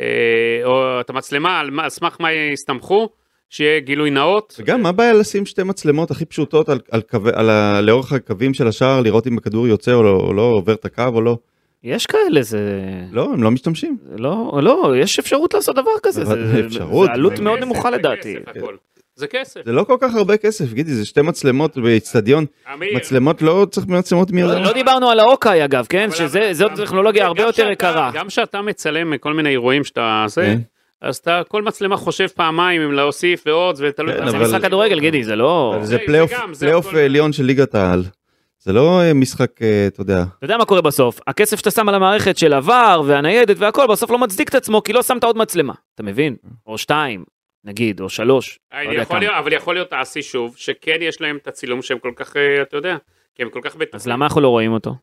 Speaker 4: אה, או את המצלמה, על מה- על סמך מה יסתמכו, שיהיה גילוי נאות.
Speaker 3: וגם, מה הבעיה לשים שתי מצלמות הכי פשוטות על, על, קווי, על ה, לאורך הקווים של השער, לראות אם הכדור יוצא או לא, או לא, עובר את הקו או לא?
Speaker 2: יש כאלה, זה...
Speaker 3: לא, הם לא משתמשים.
Speaker 2: לא, לא, יש אפשרות לעשות דבר כזה.
Speaker 3: אבל
Speaker 2: זה- זה-
Speaker 3: אפשרות?
Speaker 2: זה עלות
Speaker 3: זה
Speaker 2: מאוד
Speaker 4: כסף,
Speaker 2: נמוכה
Speaker 4: זה
Speaker 2: לדעתי.
Speaker 4: כסף, הכל. זה כסף.
Speaker 3: זה לא כל כך הרבה כסף, גידי, זה שתי מצלמות באיצטדיון.
Speaker 4: אמיר,
Speaker 3: מצלמות לא צריך מצלמות
Speaker 2: לא
Speaker 3: מהירות.
Speaker 2: לא דיברנו על האוקיי אגב, כן?
Speaker 4: אבל-
Speaker 2: שזאת
Speaker 4: אבל-
Speaker 2: טכנולוגיה הרבה
Speaker 4: גם
Speaker 2: יותר
Speaker 4: שאתה-
Speaker 2: יקרה.
Speaker 4: גם כשאתה מצלם מכל מיני אירועים שאתה עושה,
Speaker 3: כן.
Speaker 4: אז אתה, כל מצלמה חושב פעמיים אם להוסיף ועוד, ותלוי.
Speaker 3: כן,
Speaker 2: זה
Speaker 3: אבל-
Speaker 2: משחק כדורגל, גידי, זה לא...
Speaker 3: אבל זה
Speaker 4: זה
Speaker 3: פלייאוף
Speaker 4: גם, זה
Speaker 3: פלייאוף
Speaker 4: הכל.
Speaker 3: עליון של ליגת העל. זה לא אה, משחק, אה, אתה יודע.
Speaker 2: אתה יודע מה קורה בסוף? הכסף שאתה שם על המערכת של עבר והניידת והכל, בסוף לא מצדיק את עצמו כי לא שמת עוד מצלמה. אתה מבין? או שתיים, נגיד, או שלוש. לא יודע
Speaker 4: יכול
Speaker 2: כמה.
Speaker 4: להיות, אבל יכול להיות תעשי שוב, שכן יש להם את הצילום שהם כל כך, אה, אתה יודע, כי הם כל כך בטוחים.
Speaker 2: אז למה אנחנו לא רואים אותו?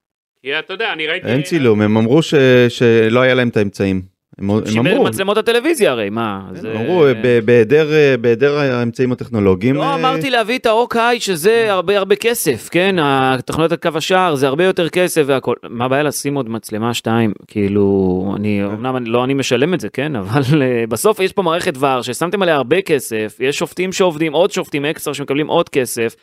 Speaker 4: כי אתה יודע, אני ראיתי... לא,
Speaker 3: אין
Speaker 2: אה,
Speaker 3: צילום, הם אמרו ש- שלא היה להם את האמצעים. הם הם
Speaker 2: שימר
Speaker 3: אמרו,
Speaker 2: מצלמות הטלוויזיה הרי, מה?
Speaker 3: כן,
Speaker 2: זה-
Speaker 3: הם אמרו, אה, ב- בהיעדר אה, בהיעדר האמצעים הטכנולוגיים.
Speaker 2: לא
Speaker 3: אה,
Speaker 2: אמרתי להביא את האוקיי שזה הרבה הרבה כסף, כן? התוכניות על קו השער זה הרבה יותר כסף והכל. מה הבעיה לשים עוד מצלמה שתיים? כאילו, אני, אמנם אני- לא אני משלם את זה, כן? אבל אה, בסוף יש פה מערכת ור ששמתם עליה הרבה כסף, יש שופטים שעובדים, עוד שופטים אקסטרה שמקבלים עוד כסף.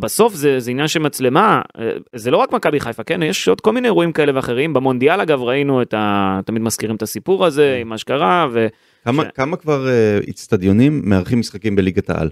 Speaker 2: בסוף זה, זה עניין של מצלמה, אה, זה לא רק מכבי חיפה, כן? יש עוד כל מיני אירועים כאלה ואחרים. במונדיאל אגב ראינו את ה... תמיד מזכירים את הסיפור הזה עם מה שקרה, ו...
Speaker 3: כמה-
Speaker 2: ש-
Speaker 3: כמה כבר אה, איצטדיונים מארחים משחקים בליגת העל?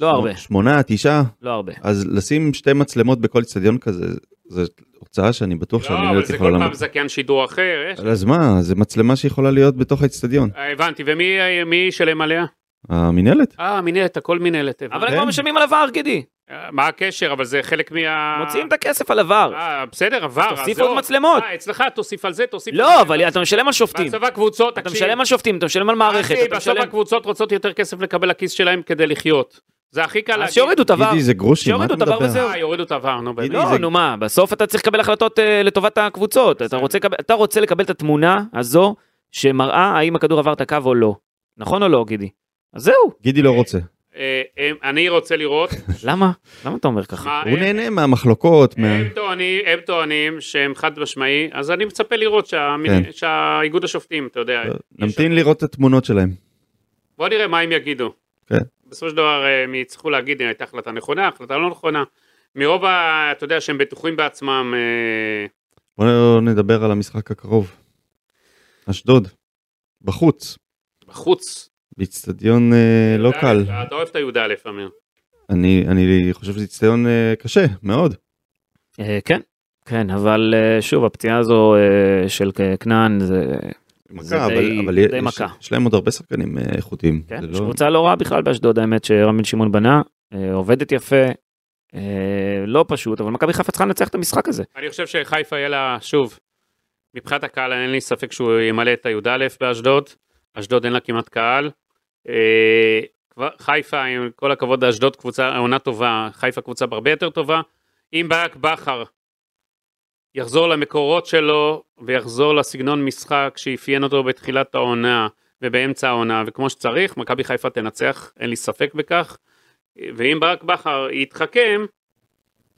Speaker 2: לא הרבה,
Speaker 3: שמונה, תשעה?
Speaker 2: לא הרבה.
Speaker 3: אז לשים שתי מצלמות בכל איצטדיון כזה, זו הוצאה שאני בטוח שאני
Speaker 4: לא,
Speaker 3: לא
Speaker 4: אבל זה
Speaker 3: הייתי יכול
Speaker 4: כל
Speaker 3: לעמוד.
Speaker 4: פעם זכיין שידור אחר. יש-
Speaker 3: אז מה, זה מצלמה שיכולה להיות בתוך האיצטדיון.
Speaker 4: אה, הבנתי, ומי מי ישלם עליה?
Speaker 3: המינהלת?
Speaker 4: אה, מינהלת, הכל מינהלת. הבנתי.
Speaker 2: אבל הם כבר משלמים על עבר, גידי.
Speaker 4: אה, מה הקשר? אבל זה חלק מה...
Speaker 2: מוציאים את הכסף על עבר.
Speaker 4: אה, בסדר, עבר. אז
Speaker 2: תוסיף
Speaker 4: לא.
Speaker 2: עוד מצלמות.
Speaker 4: אה, אצלך תוסיף על זה, תוסיף... על
Speaker 2: לא,
Speaker 4: זה.
Speaker 2: אבל אתה משלם על שופטים.
Speaker 4: בסוף הקבוצות,
Speaker 2: אתה
Speaker 4: תקשיב.
Speaker 2: משלם על שופטים, אתה משלם על מערכת,
Speaker 4: אחי,
Speaker 2: אתה
Speaker 4: בסוף
Speaker 2: משלם...
Speaker 4: הקבוצות רוצות יותר כסף לקבל לכיס שלהם כדי לחיות. זה הכי קל
Speaker 2: אז
Speaker 4: להגיד.
Speaker 2: שיורידו את עבר.
Speaker 3: גידי, זה גרושים, מה
Speaker 2: שיורידו
Speaker 3: אתה
Speaker 2: את הבר
Speaker 3: מדבר?
Speaker 2: וזהו.
Speaker 4: אה, יורידו את עבר, נו באמת.
Speaker 3: גידי, זה-
Speaker 2: לא, נו מה, בסוף אתה צריך לקבל החלטות אה, לטובת הקבוצות. אתה רוצה לקבל- אתה רוצה לקבל את התמונה הזו שמראה האם הכדור עבר את הקו או לא. נכון או לא, גידי? אז
Speaker 3: [laughs]
Speaker 2: זהו.
Speaker 3: גידי לא רוצה.
Speaker 4: אה, אה, אני רוצה
Speaker 3: [laughs]
Speaker 4: לראות.
Speaker 2: למה? למה אתה אומר ככה?
Speaker 4: מה, אה,
Speaker 3: הוא
Speaker 4: הם-
Speaker 3: נהנה מהמחלוקות, מה...
Speaker 4: הם טוענים, הם טוענים שהם חד משמעי, אז אני מצפה לראות שהמי-
Speaker 3: כן. אה.
Speaker 4: שהאיגוד השופטים, אתה יודע. יש-
Speaker 3: נמתין לראות את התמונות שלהם.
Speaker 4: בוא נראה מה הם יגידו.
Speaker 3: כן.
Speaker 4: בסופו של דבר אה, הם יצטרכו להגיד אם הייתה החלטה נכונה, החלטה לא נכונה. מרוב, ה- אתה יודע, שהם בטוחים בעצמם, אה,
Speaker 3: בואו נדבר על המשחק הקרוב. אשדוד, בחוץ,
Speaker 4: בחוץ.
Speaker 3: באיצטדיון אה, לא
Speaker 4: י"א,
Speaker 3: קל.
Speaker 4: אתה אוהב את הי"א, אמיר.
Speaker 3: אני, אני חושב שזה איצטדיון אה, קשה, מאוד.
Speaker 2: אה, כן. כן, אבל אה, שוב, הפציעה הזו אה, של כנען זה... זה
Speaker 3: מכה, אבל,
Speaker 2: די-
Speaker 3: אבל יש,
Speaker 2: די מכה.
Speaker 3: יש להם עוד הרבה שחקנים אה, איכותיים.
Speaker 2: כן,
Speaker 3: זה
Speaker 2: יש
Speaker 3: לא...
Speaker 2: קבוצה לא רעה בכלל באשדוד, האמת, שרמי שמעון בנה, אה, עובדת יפה, אה, לא פשוט, אבל מכבי חיפה צריכה לנצח את המשחק הזה.
Speaker 4: אני חושב שחיפה יהיה לה, שוב, מבחינת הקהל אין לי ספק שהוא ימלא את הי"א באשדוד, אשדוד אין לה כמעט קהל. אה, כבר- חיפה, עם כל הכבוד לאשדוד, קבוצה, עונה טובה, חיפה קבוצה הרבה יותר טובה. אם ברק בכר יחזור למקורות שלו ויחזור לסגנון משחק שאפיין אותו בתחילת העונה ובאמצע העונה, וכמו שצריך, מכבי חיפה תנצח, אין לי ספק בכך. ואם ברק בכר יתחכם,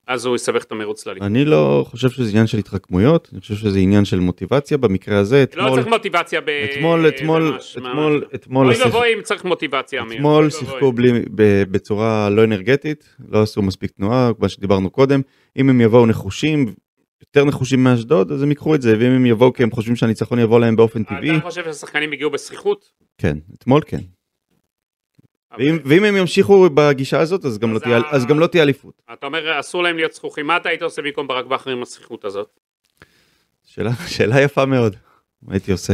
Speaker 4: אז הוא יסבך את המרוץ לאליפות.
Speaker 3: אני לא חושב שזה עניין של התחכמויות, אני חושב שזה עניין של מוטיבציה. במקרה הזה,
Speaker 4: לא
Speaker 3: אתמול,
Speaker 4: צריך מוטיבציה ב...
Speaker 3: אתמול, אתמול,
Speaker 4: ממש, ממש
Speaker 3: אתמול,
Speaker 4: לא.
Speaker 3: אתמול,
Speaker 4: אוי
Speaker 3: השיח-
Speaker 4: ואבוי אם צריך מוטיבציה, אמיר. אוי
Speaker 3: אתמול
Speaker 4: ואבוי.
Speaker 3: שיחקו בלי, ב- בצורה לא אנרגטית, לא עשו מספיק תנועה, כמו שדיברנו קודם. אם הם יבואו נחושים, יותר נחושים מאשדוד, אז הם ייקחו את זה, ואם הם יבואו כי הם חושבים שהניצחון יבוא להם באופן טבעי,
Speaker 4: אתה חושב שהשחקנים הגיעו בזכיחות?
Speaker 3: כן, אתמול כן.
Speaker 4: אבל
Speaker 3: ואם, ואם הם ימשיכו בגישה הזאת, אז גם,
Speaker 4: אז
Speaker 3: לא, תהיה,
Speaker 4: ה-
Speaker 3: אז גם לא תהיה אליפות.
Speaker 4: אתה אומר, אסור להם להיות זכוכים. מה אתה היית עושה במקום ברק בכר עם הזכיחות הזאת?
Speaker 3: שאלה, שאלה יפה מאוד, מה הייתי עושה?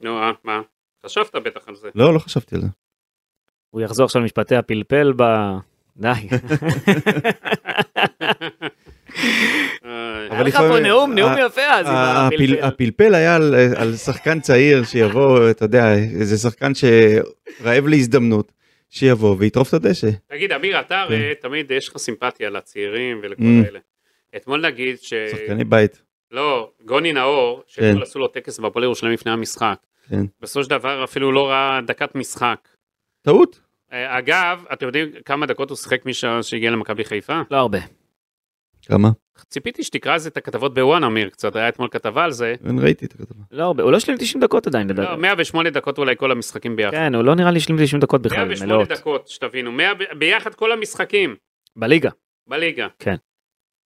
Speaker 4: נו, אה, מה? חשבת בטח על זה.
Speaker 3: לא, לא חשבתי על זה.
Speaker 2: הוא יחזור עכשיו למשפטי הפלפל ב... די.
Speaker 4: אה,
Speaker 2: היה לך פה נאום, נאום
Speaker 3: ה-
Speaker 2: יפה אז עם
Speaker 3: ה- הפל-
Speaker 2: הפלפל.
Speaker 3: הפלפל היה על, על שחקן צעיר שיבוא, אתה יודע, איזה שחקן שרעב להזדמנות, שיבוא ויטרוף את הדשא.
Speaker 4: תגיד, אמיר, אתה הרי תמיד יש לך סימפתיה לצעירים ולכל
Speaker 3: כן. Mm.
Speaker 4: אלה. אתמול נגיד ש...
Speaker 3: שחקני בית.
Speaker 4: לא, גוני נאור, שאתמול עשו לו טקס בהפועל ירושלים לפני המשחק.
Speaker 3: כן.
Speaker 4: בסופו של דבר אפילו לא ראה דקת משחק.
Speaker 3: טעות.
Speaker 4: אה, אגב, אתם יודעים כמה דקות הוא שיחק משעה שהגיע למכבי חיפה?
Speaker 2: לא הרבה.
Speaker 3: כמה?
Speaker 4: ציפיתי שתקרא אז את הכתבות בוואן אמיר קצת, היה אתמול כתבה על זה.
Speaker 3: אין, ראיתי את הכתבה.
Speaker 2: לא הרבה. הוא לא השלים 90 דקות עדיין, לדעתי.
Speaker 4: לא, 108 דקות אולי כל המשחקים ביחד.
Speaker 2: כן, הוא לא נראה לי השלים 90 דקות בכלל,
Speaker 4: 108
Speaker 2: מלאות.
Speaker 4: דקות, שתבינו, 100 ב- ביחד כל המשחקים
Speaker 2: בליגה.
Speaker 4: בליגה.
Speaker 2: כן.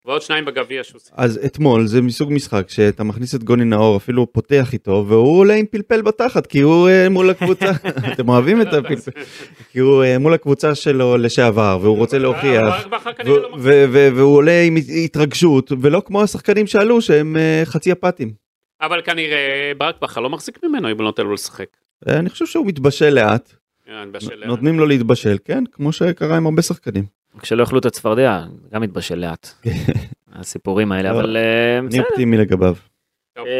Speaker 4: ועוד שניים בגביע שהוא שיחק.
Speaker 3: אז אתמול זה מסוג משחק שאתה מכניס את גוני נאור אפילו פותח איתו והוא עולה עם פלפל בתחת כי הוא אה, מול הקבוצה אתם אוהבים את הפלפל כי הוא אה, מול הקבוצה שלו לשעבר והוא רוצה להוכיח.
Speaker 4: אה, בכר כנראה לא
Speaker 3: ו-
Speaker 4: מחזיק.
Speaker 3: ו- ו- והוא עולה עם התרגשות ולא כמו השחקנים שעלו שהם אה, חצי אפאתים.
Speaker 4: אבל כנראה ברק בכר לא מחזיק ממנו אם הוא לא נותן לו לשחק.
Speaker 3: אה, אני חושב שהוא מתבשל לאט
Speaker 4: אה, אני בשל-
Speaker 3: נותנים לו להתבשל כן כמו שקרה עם הרבה שחקנים.
Speaker 2: כשלא אכלו את הצפרדע, גם התבשל
Speaker 3: [laughs]
Speaker 2: לאט. הסיפורים האלה,
Speaker 3: לא.
Speaker 2: אבל אה,
Speaker 3: אני
Speaker 2: בסדר.
Speaker 3: אופטימי לגביו.
Speaker 4: אוקיי.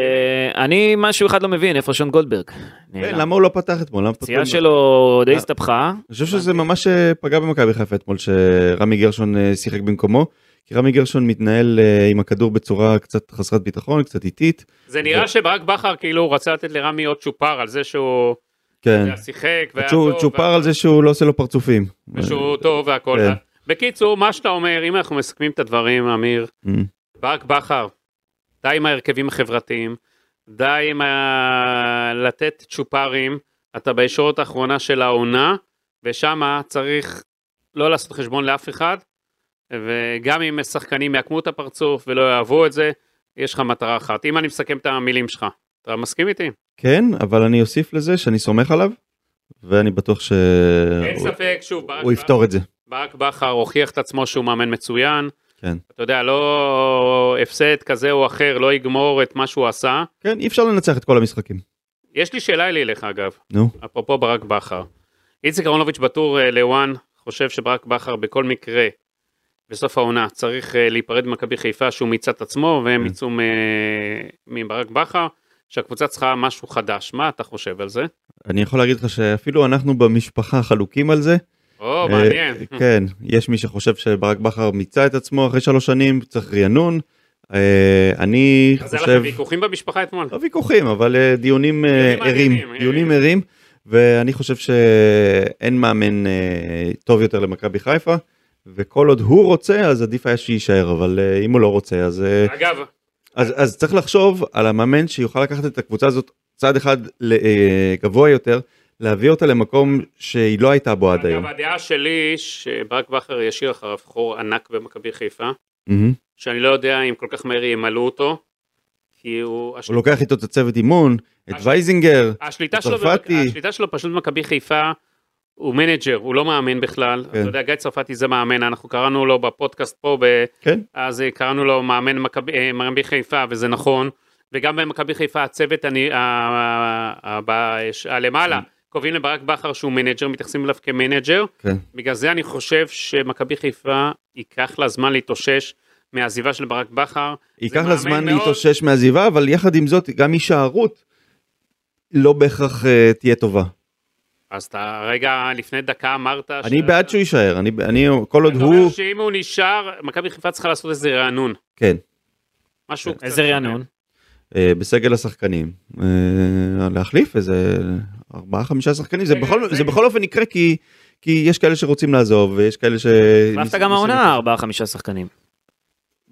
Speaker 2: אה, אני משהו אחד לא מבין, איפה שון גולדברג?
Speaker 3: כן,
Speaker 2: נעלם.
Speaker 3: למה הוא לא פתח אתמול? למה פתחו
Speaker 2: הפציעה
Speaker 3: עם-
Speaker 2: שלו די
Speaker 3: אה.
Speaker 2: הסתבכה.
Speaker 3: אני חושב שזה ממש אה, פגע במכבי חיפה אתמול שרמי גרשון אה, שיחק במקומו. כי רמי גרשון מתנהל אה, עם הכדור בצורה קצת חסרת ביטחון, קצת איטית.
Speaker 4: זה נראה שברק בכר כאילו הוא רצה לתת לרמי עוד צ'ופר על זה שהוא
Speaker 3: כן.
Speaker 4: שיחק. והיה
Speaker 3: צ'ו-
Speaker 4: טוב,
Speaker 3: צ'ופר
Speaker 4: והיה-
Speaker 3: על זה שהוא לא עושה לו פרצופים.
Speaker 4: ושהוא טוב והכל. אה?
Speaker 3: כן.
Speaker 4: בקיצור, מה שאתה אומר, אם אנחנו מסכמים את הדברים, אמיר,
Speaker 3: אה, אה,
Speaker 4: ברק בכר, די עם ההרכבים החברתיים, די עם ה... לתת צ'ופרים, אתה בישורת האחרונה של העונה, ושמה צריך לא לעשות חשבון לאף אחד, וגם אם שחקנים יעקמו את הפרצוף ולא יאהבו את זה, יש לך מטרה אחת. אם אני מסכם את המילים שלך, אתה מסכים איתי?
Speaker 3: כן, אבל אני אוסיף לזה שאני סומך עליו, ואני בטוח
Speaker 4: אין
Speaker 3: שהוא
Speaker 4: ספק, שוב, ברק
Speaker 3: אה, הוא יפתור את זה.
Speaker 4: ברק בכר הוכיח את עצמו שהוא מאמן מצוין.
Speaker 3: כן.
Speaker 4: אתה יודע, לא הפסד כזה או אחר, לא יגמור את מה שהוא עשה.
Speaker 3: כן, אי אפשר לנצח את כל המשחקים.
Speaker 4: יש לי שאלה אליך אגב,
Speaker 3: נו,
Speaker 4: אפרופו ברק בכר. איציק אהרונוביץ' בטור אה, לוואן חושב שברק בכר בכל מקרה, בסוף העונה, צריך אה, להיפרד ממכבי חיפה שהוא מיצה את עצמו והם
Speaker 3: כן.
Speaker 4: יצאו מ- אה, מברק בכר, שהקבוצה צריכה משהו חדש. מה אתה חושב על זה?
Speaker 3: אני יכול להגיד לך שאפילו אנחנו במשפחה חלוקים על זה.
Speaker 4: או,
Speaker 3: אה,
Speaker 4: מעניין.
Speaker 3: כן, יש מי שחושב שברק בכר מיצה את עצמו אחרי שלוש שנים, צריך רענון. אה, אני
Speaker 4: אז היה לכם
Speaker 3: חושב,
Speaker 4: ויכוחים במשפחה אתמול?
Speaker 3: לא ויכוחים, אבל אה, דיונים אה,
Speaker 4: דיונים מעניינים,
Speaker 3: ערים, דיונים ערים, ואני חושב שאין מאמן אה, טוב יותר למכבי חיפה, וכל עוד הוא רוצה אז עדיף היה שיישאר, אבל אה, אם הוא לא רוצה אז אה,
Speaker 4: אגב,
Speaker 3: אז, אז צריך לחשוב על המאמן שיוכל לקחת את הקבוצה הזאת צעד אחד ל- אה, גבוה יותר, להביא אותה למקום שהיא לא הייתה בו עד היום.
Speaker 4: אגב, הדעה שלי שברק בכר ישאיר אחריו חור ענק במכבי חיפה,
Speaker 3: מהמם.
Speaker 4: שאני לא יודע אם כל כך מהר ימלאו אותו, כי הוא...
Speaker 3: הוא לוקח איתו את הצוות אימון, את וייזינגר,
Speaker 4: השליטה שלו,
Speaker 3: צרפתי.
Speaker 4: השליטה שלו פשוט במכבי חיפה, הוא מנג'ר, הוא לא מאמן בכלל. אתה יודע, גיא צרפתי זה מאמן, אנחנו קראנו לו בפודקאסט פה, ב...
Speaker 3: כן?
Speaker 4: אז אה, קראנו לו מאמן מכבי אה, מכבי חיפה, וזה נכון. וגם במכבי חיפה הצוות אני, ה- ה- ה- ב- ש- הלמעלה, קובעים לברק בכר שהוא מנג'ר, מתייחסים אליו כמנג'ר.
Speaker 3: כן.
Speaker 4: בגלל זה אני חושב שמכבי חיפה ייקח לה זמן להתאושש מהעזיבה של ברק בכר.
Speaker 3: ייקח לה
Speaker 4: מאמן
Speaker 3: זמן
Speaker 4: מאוד.
Speaker 3: להתאושש מהעזיבה, אבל יחד עם זאת גם הישארות לא בהכרח אה, תהיה טובה.
Speaker 4: אז אתה רגע לפני דקה אמרת...
Speaker 3: אני בעד שהוא יישאר, אני, אני כל עוד
Speaker 4: אתה אומר
Speaker 3: הוא,
Speaker 4: שאם הוא נשאר, מכבי חיפה צריכה לעשות איזה רענון.
Speaker 3: כן,
Speaker 4: משהו קצת...
Speaker 2: איזה רענון?
Speaker 3: אה, בסגל השחקנים, אה, להחליף איזה ארבעה חמישה שחקנים, זה
Speaker 2: אה,
Speaker 4: רגע,
Speaker 3: בכל,
Speaker 4: זה-
Speaker 3: זה בכל אופן יקרה כי, כי יש כאלה שרוצים לעזוב ויש כאלה ש...
Speaker 2: החלפת גם העונה ארבעה חמישה שחקנים.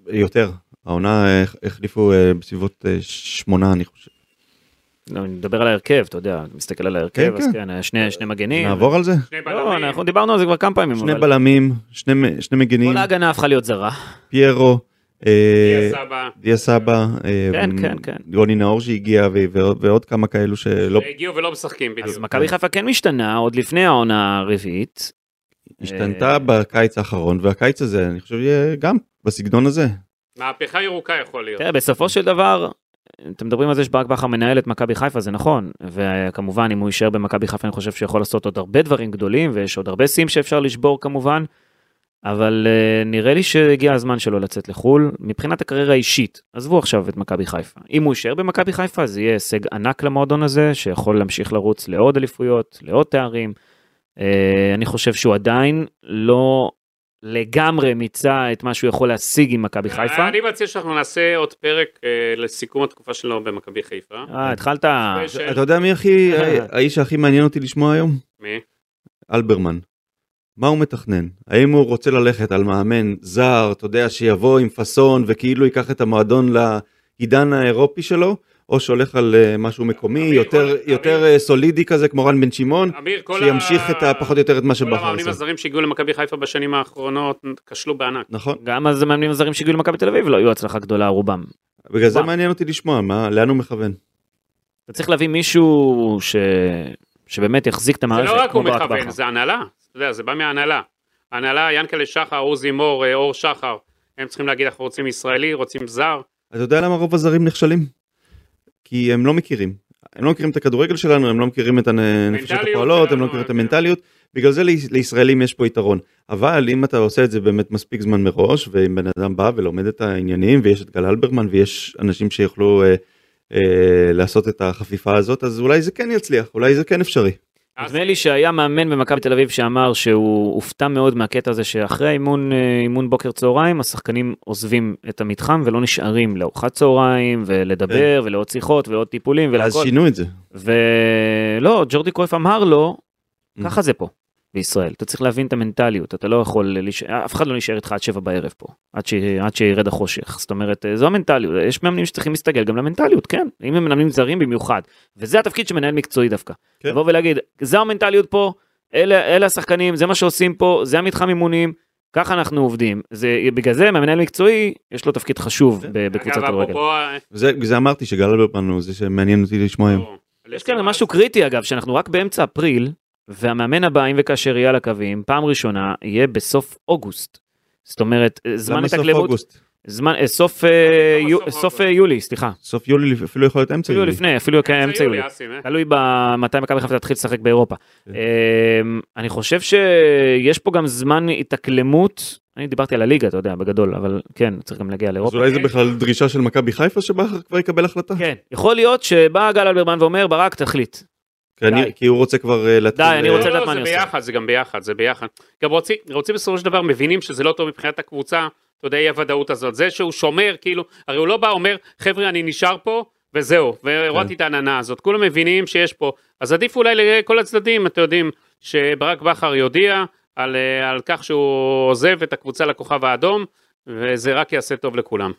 Speaker 3: יותר, העונה אה, החליפו אה, בסביבות אה, שמונה אני חושב.
Speaker 2: לא, אני מדבר על ההרכב, אתה יודע, אתה מסתכל על ההרכב,
Speaker 3: כן,
Speaker 2: אז
Speaker 3: כן.
Speaker 2: כן, היה שני שני מגנים.
Speaker 3: נעבור על זה?
Speaker 4: שני
Speaker 2: לא,
Speaker 4: בלמים.
Speaker 2: אנחנו דיברנו על זה כבר כמה פעמים,
Speaker 3: שני
Speaker 2: אבל
Speaker 3: בלמים, שני, מ- שני מגנים,
Speaker 2: כל ההגנה הפכה להיות זרה.
Speaker 3: פיירו,
Speaker 4: דיה
Speaker 3: אה,
Speaker 4: סבא,
Speaker 3: דיה סבא, אה,
Speaker 2: כן, כן, אה, כן.
Speaker 3: גוני נאור שהגיע ו- ו- ועוד כמה כאלו שלא
Speaker 4: שהגיעו ולא משחקים בדיוק.
Speaker 2: אז מכבי חיפה כן משתנה עוד לפני העונה הרביעית.
Speaker 3: השתנתה בקיץ האחרון והקיץ הזה אני חושב יהיה גם בסגנון הזה.
Speaker 4: מהפכה ירוקה יכול
Speaker 3: כן,
Speaker 4: להיות.
Speaker 2: תראה, בסופו של דבר, אתם מדברים על זה שברק בכר מנהל את מכבי חיפה, זה נכון. וכמובן, אם הוא יישאר במכבי חיפה, אני חושב שהוא יכול לעשות עוד הרבה דברים גדולים, ויש עוד הרבה שיאים שאפשר לשבור כמובן, אבל אה, נראה לי שהגיע הזמן שלו לצאת לחו"ל, מבחינת הקריירה האישית. עזבו עכשיו את מכבי חיפה. אם הוא יישאר במכבי חיפה, זה יהיה הישג ענק למועדון הזה, שיכול להמשיך לרוץ לעוד אליפויות, לעוד תארים. אה, אני חושב שהוא עדיין לא לגמרי מיצה את מה שהוא יכול להשיג עם מכבי חיפה.
Speaker 4: אה, אני מציע שאנחנו נעשה עוד פרק אה, לסיכום התקופה שלו במכבי חיפה.
Speaker 2: אה, התחלת...
Speaker 4: של-
Speaker 3: כן. אתה יודע מי
Speaker 4: [laughs]
Speaker 3: הכי, האיש שהכי מעניין אותי לשמוע היום?
Speaker 4: מי?
Speaker 3: אלברמן. מה הוא מתכנן? האם הוא רוצה ללכת על מאמן זר, אתה יודע, שיבוא עם פאסון וכאילו ייקח את המועדון לעידן האירופי שלו, או שהולך על אה, משהו מקומי,
Speaker 4: אמיר,
Speaker 3: יותר,
Speaker 4: אמיר.
Speaker 3: יותר אה, סולידי כזה, כמו רן בן שמעון,
Speaker 4: אמיר, כל
Speaker 3: שימשיך את ה- פחות או יותר את מה
Speaker 4: כל
Speaker 3: שבכר
Speaker 4: המאמנים
Speaker 3: עושה.
Speaker 4: הזרים שהגיעו למכבי חיפה בשנים האחרונות כשלו בענק.
Speaker 3: נכון.
Speaker 2: גם אז המאמנים הזרים שהגיעו למכבי תל אביב לא היו הצלחה גדולה רובם.
Speaker 3: בגלל זה
Speaker 2: וואו.
Speaker 3: מעניין אותי לשמוע, מה, לאן הוא מכוון?
Speaker 2: אתה צריך להביא מישהו ש... שבאמת יחזיק את
Speaker 4: זה
Speaker 2: המערכת.
Speaker 4: לא רק
Speaker 2: כמו
Speaker 4: הוא
Speaker 2: ברק
Speaker 4: מכוון,
Speaker 2: בכר.
Speaker 4: זה הנהלה. אתה יודע, זה בא מההנהלה. הנהלה, ינקלה שחר, עוזי מור, אה, אור שחר, הם צריכים להגיד אנחנו רוצים ישראלי, רוצים זר.
Speaker 3: אתה יודע למה רוב הזרים נכשלים? כי הם לא מכירים. הם לא מכירים את הכדורגל שלנו, הם לא מכירים את הנפשות
Speaker 4: מנטליות
Speaker 3: הפועלות, הם
Speaker 4: שלנו,
Speaker 3: לא מכירים את
Speaker 4: כן.
Speaker 3: המנטליות. בגלל זה ליש- לישראלים יש פה יתרון. אבל אם אתה עושה את זה באמת מספיק זמן מראש, ואם בן אדם בא ולומד את העניינים, ויש את גל אלברמן, ויש אנשים שיוכלו אה, אה, לעשות את החפיפה הזאת, אז אולי זה כן יצליח, אולי זה כן אפשרי.
Speaker 4: אז-
Speaker 2: נדמה לי שהיה מאמן במכבי תל אביב שאמר שהוא הופתע מאוד מהקטע הזה שאחרי האימון אה, אימון בוקר צהריים השחקנים עוזבים את המתחם ולא נשארים לארוחת צהריים ולדבר ולעוד שיחות ועוד טיפולים
Speaker 3: אז
Speaker 2: ולהכל.
Speaker 3: שינו את זה.
Speaker 2: ולא, ג'ורדי קרויף אמר לו,
Speaker 3: Mm.
Speaker 2: ככה זה פה, בישראל. אתה צריך להבין את המנטליות, אתה לא יכול, להיש- אף אחד לא נשאר איתך עד שבע בערב פה, עד, ש... עד שירד החושך. זאת אומרת, אה, זו המנטליות, יש מאמנים שצריכים להסתגל גם למנטליות, כן, אם הם מאמנים זרים במיוחד. וזה התפקיד של מנהל מקצועי דווקא.
Speaker 3: כן.
Speaker 2: לבוא ולהגיד, זו המנטליות פה, אלה, אלה השחקנים, זה מה שעושים פה, זה המתחם אימונים. ככה אנחנו עובדים, זה, בגלל זה מהמנהל מקצועי יש לו תפקיד חשוב
Speaker 3: כן.
Speaker 2: ב- בקבוצת
Speaker 4: אגב,
Speaker 2: כדורגל.
Speaker 4: אפרופו, אה,
Speaker 3: זה, זה אמרתי שגל אלברמן הוא זה שמעניין אותי לשמוע היום.
Speaker 4: לא,
Speaker 2: כן. יש כאן משהו קריטי אגב, שאנחנו רק באמצע אפריל, והמאמן הבא, אם וכאשר יהיה על הקווים, פעם ראשונה יהיה בסוף אוגוסט. זאת אומרת, אה, זמן
Speaker 3: למה סוף
Speaker 2: התאקלמות,
Speaker 3: אוגוסט?
Speaker 2: זמן, אה, סוף, אה,
Speaker 4: למה
Speaker 2: יו-
Speaker 4: סוף
Speaker 2: סוף
Speaker 4: אוגוסט?
Speaker 2: אה, יולי, סליחה.
Speaker 3: סוף יולי אפילו יכול להיות אמצע
Speaker 2: אפילו
Speaker 3: יולי.
Speaker 2: לפני, אפילו כן,
Speaker 4: אמצע
Speaker 2: אמצע יולי.
Speaker 4: אסי, אה?
Speaker 2: תלוי במתי מכבי חיפה תתחיל לשחק באירופה.
Speaker 3: כן.
Speaker 2: אמ, אני חושב שיש פה גם זמן התאקלמות, אני דיברתי על הליגה, אתה יודע, בגדול, אבל כן, צריך גם להגיע
Speaker 3: אז
Speaker 2: לאירופה.
Speaker 3: אולי זה בכלל דרישה של מכבי חיפה שבכר כבר יקבל החלטה?
Speaker 2: כן, יכול להיות שבא גל אלברמן ואומר, ברק, תחליט.
Speaker 3: כי אני-
Speaker 2: די.
Speaker 3: כי הוא רוצה כבר אה, להתחיל...
Speaker 2: די, אני
Speaker 3: אה,
Speaker 2: רוצה
Speaker 4: לא,
Speaker 2: לדעת
Speaker 4: לא,
Speaker 2: מה
Speaker 4: זה
Speaker 2: אני עושה.
Speaker 4: ביחד, זה גם ביחד, זה ביחד. גם רוצים, רוצים בסופו של דבר, מבינים שזה לא טוב מבחינת הקבוצה, אתה יודע, אי הוודאות הזאת. זה שהוא שומר, כאילו, הרי הוא לא בא, אומר, חבר'ה, אני נשאר פה, וזהו,
Speaker 2: כן.
Speaker 4: והורדתי את העננה הזאת. כולם מבינים שיש פה, אז עדיף אולי לכל הצדדים, אתם יודעים, שברק בכר יודיע על, אה, על כך שהוא עוזב את הקבוצה לכוכב האדום, וזה רק יעשה טוב לכולם.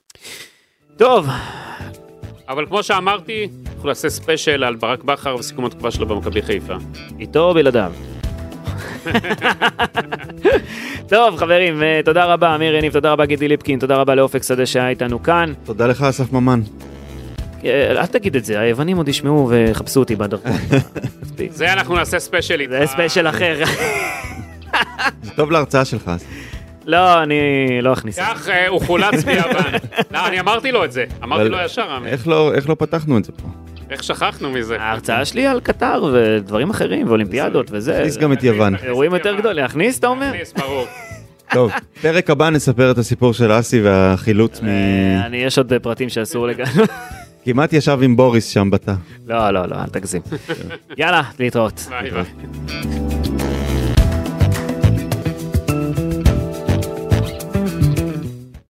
Speaker 2: טוב,
Speaker 4: אבל כמו שאמרתי, אנחנו נעשה ספיישל על ברק בכר וסיכום התקופה שלו במכבי חיפה.
Speaker 2: איתו או בלעדיו. טוב חברים, אה, תודה רבה אמיר יניב, תודה רבה גידי ליפקין, תודה רבה לאופק שדה שהיה איתנו כאן.
Speaker 3: תודה לך אסף ממן.
Speaker 2: אה, אל תגיד את זה, היוונים עוד ישמעו ויחפשו אותי
Speaker 3: [laughs]
Speaker 2: בדרכון. מספיק.
Speaker 4: זה אנחנו נעשה ספיישל איתך.
Speaker 2: זה ספיישל אחר. [laughs]
Speaker 3: זה טוב להרצאה שלך. אסף.
Speaker 2: לא, אני לא אכניס. את זה.
Speaker 4: כך אה, הוא חולץ ביוון. לא, אני אמרתי לו את זה. אמרתי
Speaker 3: אבל-
Speaker 4: לו ישר, אמיר.
Speaker 3: איך לא- איך לא פתחנו את זה פה?
Speaker 2: אה,
Speaker 4: איך שכחנו מזה?
Speaker 2: ההרצאה שלי על קטר ודברים אחרים ואולימפיאדות וזה.
Speaker 3: נכניס גם את יוון.
Speaker 2: אירועים יותר גדולים, להכניס אתה אומר?
Speaker 4: נכניס, ברור.
Speaker 3: טוב, פרק הבא נספר את הסיפור של אסי והחילוץ מ...
Speaker 2: אה, אני, יש עוד אה, פרטים שאסור [laughs] לגמרי.
Speaker 3: כמעט ישב עם בוריס שם בתא. [laughs]
Speaker 2: לא, לא, לא, אל תגזים. יאללה, להתראות.
Speaker 4: ביי ביי.